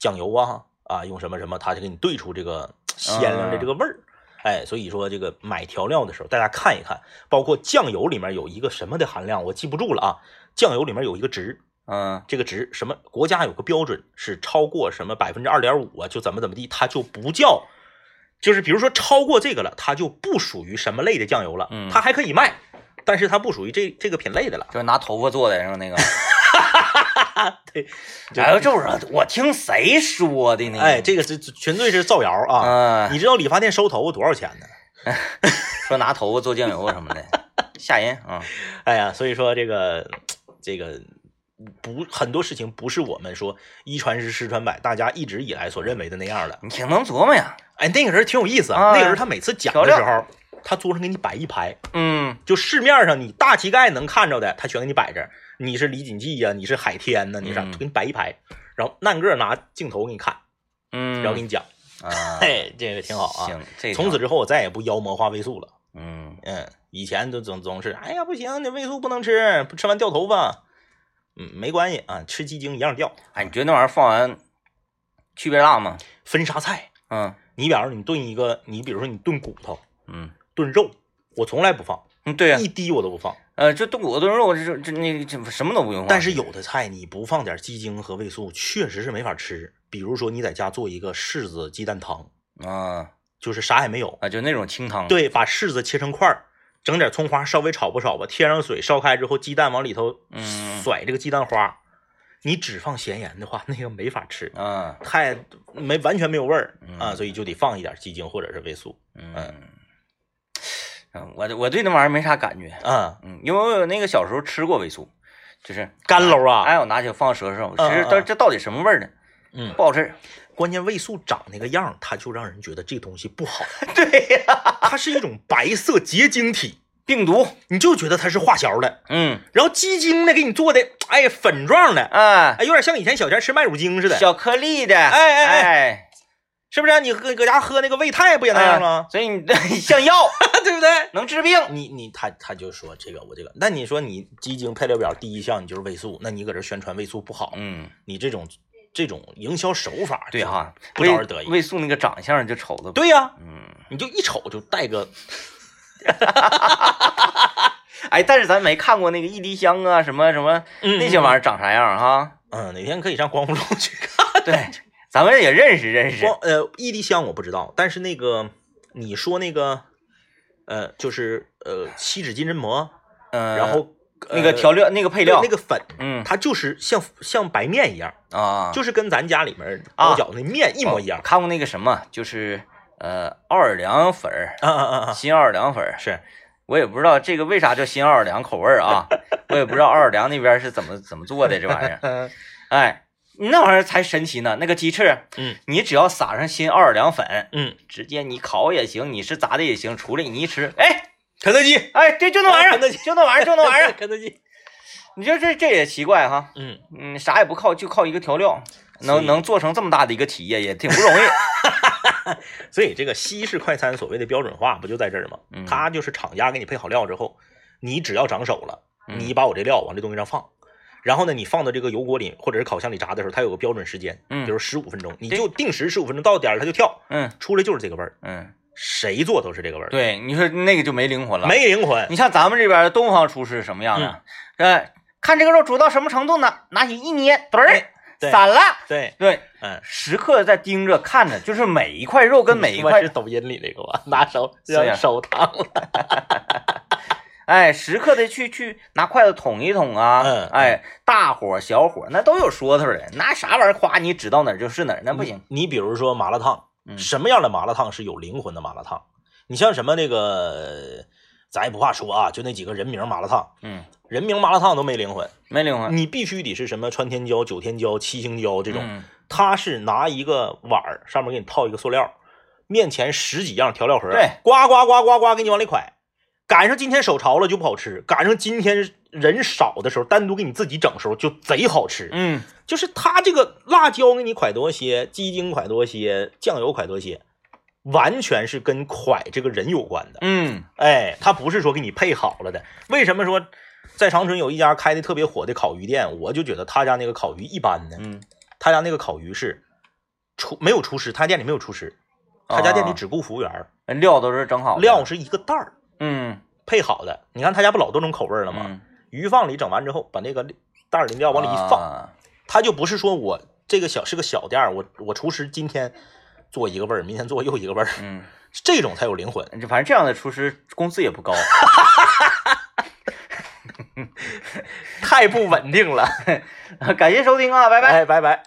[SPEAKER 2] 酱油啊啊，用什么什么，它就给你兑出这个鲜亮的这个味儿。哎，所以说这个买调料的时候，大家看一看，包括酱油里面有一个什么的含量，我记不住了啊。酱油里面有一个值，
[SPEAKER 1] 嗯
[SPEAKER 2] 这个值什么国家有个标准是超过什么百分之二点五啊，就怎么怎么地，它就不叫，就是比如说超过这个了，它就不属于什么类的酱油了，
[SPEAKER 1] 嗯
[SPEAKER 2] 它还可以卖，但是它不属于这这个品类的了。
[SPEAKER 1] 就是拿头发做的是吧？那个，
[SPEAKER 2] (laughs) 对，
[SPEAKER 1] 哎呦，这我我听谁说的呢？
[SPEAKER 2] 哎，这个是纯粹是造谣啊！
[SPEAKER 1] 嗯，
[SPEAKER 2] 你知道理发店收头发多少钱呢？
[SPEAKER 1] 说拿头发做酱油什么的，吓人啊！
[SPEAKER 2] 哎呀，所以说这个这个不很多事情不是我们说一传十十传百，大家一直以来所认为的那样的。
[SPEAKER 1] 你挺能琢磨呀，
[SPEAKER 2] 哎，那个人挺有意思，
[SPEAKER 1] 啊
[SPEAKER 2] 那个人他每次讲
[SPEAKER 1] 调
[SPEAKER 2] 的
[SPEAKER 1] 料
[SPEAKER 2] 时候，他桌上给你摆一排，
[SPEAKER 1] 嗯
[SPEAKER 2] 就市面上你大膝盖能看着的，他全给你摆这儿。你是李锦记呀、你是海天呐、你啥，
[SPEAKER 1] 嗯
[SPEAKER 2] 就给你摆一排，然后按个拿镜头给你看，
[SPEAKER 1] 嗯，
[SPEAKER 2] 然后给你讲。
[SPEAKER 1] 啊，
[SPEAKER 2] 哎，这 (laughs) 个挺好啊。
[SPEAKER 1] 行，这
[SPEAKER 2] 从
[SPEAKER 1] 挺
[SPEAKER 2] 此之后，我再也不妖魔化位素了。
[SPEAKER 1] 嗯，
[SPEAKER 2] 嗯，以前都总总是，哎呀不行，你味素不能吃，不吃完掉头发。嗯，没关系啊，吃鸡精一样掉。
[SPEAKER 1] 哎，你觉得那玩意儿放完区别大吗？
[SPEAKER 2] 分啥菜？
[SPEAKER 1] 嗯
[SPEAKER 2] 你比方说你炖一个，你比如说你炖骨头、
[SPEAKER 1] 嗯
[SPEAKER 2] 炖肉，我从来不放，
[SPEAKER 1] 嗯，对呀、
[SPEAKER 2] 一滴我都不放。
[SPEAKER 1] 呃，就炖骨头炖肉，这这那这什么都不用放。
[SPEAKER 2] 但是有的菜你不放点鸡精和味素，确实是没法吃。比如说你在家做一个柿子鸡蛋汤，
[SPEAKER 1] 啊
[SPEAKER 2] 就是啥也没有，
[SPEAKER 1] 啊，就那种清汤。，
[SPEAKER 2] 对，把柿子切成块儿，整点葱花，稍微炒吧炒吧，贴上水，烧开之后，鸡蛋往里头
[SPEAKER 1] 嗯
[SPEAKER 2] 甩这个鸡蛋花。你只放咸盐的话，那个没法吃，
[SPEAKER 1] 啊
[SPEAKER 2] 太没完全没有味儿啊，
[SPEAKER 1] 嗯
[SPEAKER 2] 所以就得放一点鸡精或者是味素
[SPEAKER 1] 嗯，嗯我我对那玩意儿没啥感觉。
[SPEAKER 2] 啊，
[SPEAKER 1] 嗯，因为我有那个小时候吃过味素，就是
[SPEAKER 2] 干搂啊，
[SPEAKER 1] 哎，我拿起来放舌头上，我
[SPEAKER 2] 嗯
[SPEAKER 1] 其实
[SPEAKER 2] 嗯
[SPEAKER 1] 到
[SPEAKER 2] 嗯
[SPEAKER 1] 这到底什么味儿呢？
[SPEAKER 2] 嗯，
[SPEAKER 1] 不好吃。
[SPEAKER 2] 关键味素长那个样儿，它就让人觉得这东西
[SPEAKER 1] (laughs)
[SPEAKER 2] 不好，
[SPEAKER 1] 对呀、
[SPEAKER 2] 它是一种白色结晶体，
[SPEAKER 1] 病毒。
[SPEAKER 2] 你就觉得它是化学的，
[SPEAKER 1] 嗯，
[SPEAKER 2] 然后鸡精呢给你做的，哎，粉状的，
[SPEAKER 1] 啊，
[SPEAKER 2] 哎，有点像以前小前吃麦乳精似的，
[SPEAKER 1] 小颗粒的。
[SPEAKER 2] 哎哎
[SPEAKER 1] 哎，
[SPEAKER 2] 是不是、你搁搁家喝那个胃泰不也那样吗？
[SPEAKER 1] 所以你 (laughs) 像药
[SPEAKER 2] 对不对？
[SPEAKER 1] 能治病。
[SPEAKER 2] 你你他他就说这个我这个，那你说你鸡精配料表第一项你就是味素，那你搁这宣传味素不好，
[SPEAKER 1] 嗯，
[SPEAKER 2] 你这种这种营销手法，
[SPEAKER 1] 对，哈，
[SPEAKER 2] 不招人得意
[SPEAKER 1] 味味素那个长相就瞅着。，
[SPEAKER 2] 对呀、
[SPEAKER 1] 嗯，
[SPEAKER 2] 你就一瞅就带个
[SPEAKER 1] 哎，但是咱没看过那个一滴香啊，什么什么那些玩意
[SPEAKER 2] 意
[SPEAKER 1] 儿长啥样儿哈？ (laughs)
[SPEAKER 2] 嗯，哪天可以上光复路去看。
[SPEAKER 1] 对，咱们也认识认识。
[SPEAKER 2] 光呃，一滴香我不知道，但是那个你说那个呃，就是呃，锡纸金针蘑，
[SPEAKER 1] 嗯，
[SPEAKER 2] 然后、
[SPEAKER 1] 那个调
[SPEAKER 2] 料
[SPEAKER 1] 料那个配料
[SPEAKER 2] 呃那个粉，
[SPEAKER 1] 嗯
[SPEAKER 2] 它就是像像白面一样，
[SPEAKER 1] 啊，
[SPEAKER 2] 就是跟咱家里面
[SPEAKER 1] 啊
[SPEAKER 2] 包饺子那面一模一样
[SPEAKER 1] 我。看过那个什么，就是呃奥尔良粉儿，
[SPEAKER 2] 啊啊啊啊！
[SPEAKER 1] 新奥尔良粉儿，
[SPEAKER 2] 是，
[SPEAKER 1] 我也不知道这个为啥叫新奥尔良口味儿啊，我也不知道奥尔良那边是怎么怎么做的这玩意儿。
[SPEAKER 2] 嗯
[SPEAKER 1] 哎，那玩意儿才神奇呢，那个鸡翅，
[SPEAKER 2] 嗯
[SPEAKER 1] 你只要撒上新奥尔良粉，
[SPEAKER 2] 嗯，
[SPEAKER 1] 直接你烤也行，你是炸的也行，出来你一吃，哎
[SPEAKER 2] 肯德基，
[SPEAKER 1] 哎，对，就那
[SPEAKER 2] (laughs)
[SPEAKER 1] 玩意儿，
[SPEAKER 2] 肯德基
[SPEAKER 1] 就那玩意儿，就那玩意儿。
[SPEAKER 2] 肯德基。
[SPEAKER 1] 你说这这也奇怪哈，
[SPEAKER 2] 嗯，
[SPEAKER 1] 嗯，啥也不靠，就靠一个调料，
[SPEAKER 2] 所以
[SPEAKER 1] 能能做成这么大的一个体验，也挺不
[SPEAKER 2] (laughs)
[SPEAKER 1] 容易。
[SPEAKER 2] 所以这个西式快餐所谓的标准化不就在这儿吗？
[SPEAKER 1] 嗯
[SPEAKER 2] 它就是厂家给你配好料之后，你只要长手了，
[SPEAKER 1] 嗯
[SPEAKER 2] 你把我这料往这东西上放。然后呢，你放到这个油锅里或者是烤箱里炸的时候，它有个标准时间，
[SPEAKER 1] 嗯
[SPEAKER 2] 比如十五分钟，你就定时十五分钟，到点儿它就跳，
[SPEAKER 1] 嗯
[SPEAKER 2] 出来就是这个味儿，
[SPEAKER 1] 嗯，
[SPEAKER 2] 谁做都是这个味儿，
[SPEAKER 1] 对，你说那个就没灵魂了。，
[SPEAKER 2] 没灵魂。
[SPEAKER 1] 你像咱们这边东方厨师什么样的？
[SPEAKER 2] 嗯
[SPEAKER 1] 呃，看这个肉煮到什么程度呢？拿起一捏，墩儿
[SPEAKER 2] 哎对
[SPEAKER 1] 散了。
[SPEAKER 2] 对，
[SPEAKER 1] 对，
[SPEAKER 2] 嗯，
[SPEAKER 1] 时刻在盯着看着，就是每一块肉跟每
[SPEAKER 2] (laughs)
[SPEAKER 1] 一块
[SPEAKER 2] 是，抖音里那个吧，拿手
[SPEAKER 1] 是呀
[SPEAKER 2] 手烫了，
[SPEAKER 1] 哎，时刻的去去拿筷子捅一捅啊，
[SPEAKER 2] 嗯
[SPEAKER 1] 哎，大火小火那都有说头的，拿啥玩意儿夸你指到哪儿就是哪儿，那不行。
[SPEAKER 2] 你比如说麻辣烫，
[SPEAKER 1] 嗯
[SPEAKER 2] 什么样的麻辣烫是有灵魂的麻辣烫？你像什么那个，咱也不怕说啊，就那几个人名麻辣烫，
[SPEAKER 1] 嗯
[SPEAKER 2] 人名麻辣烫都没灵魂，
[SPEAKER 1] 没灵魂。
[SPEAKER 2] 你必须嗯得是什么川天椒、九天椒、七星椒
[SPEAKER 1] 这
[SPEAKER 2] 这种，
[SPEAKER 1] 种
[SPEAKER 2] 他是拿一个碗儿，上面给你套一个塑料，面前十几样调料盒，
[SPEAKER 1] 对，
[SPEAKER 2] 呱呱呱呱呱给你往里蒯。赶上今天手潮了就不好吃，赶上今天人少的时候，单独给你自己整的时候就贼好吃。
[SPEAKER 1] 嗯，
[SPEAKER 2] 就是他这个辣椒给你蒯多些，鸡精蒯多些，酱油蒯多些，完全是跟蒯这个人有关的。
[SPEAKER 1] 嗯
[SPEAKER 2] 哎，他不是说给你配好了的。为什么说在长春有一家开的特别火的烤鱼店，我就觉得他家那个烤鱼一般呢？
[SPEAKER 1] 嗯，
[SPEAKER 2] 他家那个烤鱼是厨没有厨师，他店里没有厨师，他家店
[SPEAKER 1] 啊
[SPEAKER 2] 里只雇服务员，
[SPEAKER 1] 嗯，料都是整好的
[SPEAKER 2] 啊料，是一个袋儿
[SPEAKER 1] 嗯，
[SPEAKER 2] 配好的。你看他家不老多种口味儿了吗？
[SPEAKER 1] 嗯
[SPEAKER 2] 鱼放里整完之后，把那个袋儿里料往里一放，
[SPEAKER 1] 啊
[SPEAKER 2] 他就不是说我这个小是个小店儿，我我厨师今天做一个味儿，明天做又一个味儿，
[SPEAKER 1] 嗯，
[SPEAKER 2] 这种才有灵魂。
[SPEAKER 1] 这反正这样的厨师工资也
[SPEAKER 2] (laughs)
[SPEAKER 1] 不高，
[SPEAKER 2] 太不稳定了。
[SPEAKER 1] (laughs) 感谢收听啊，拜拜。
[SPEAKER 2] 哎，拜拜。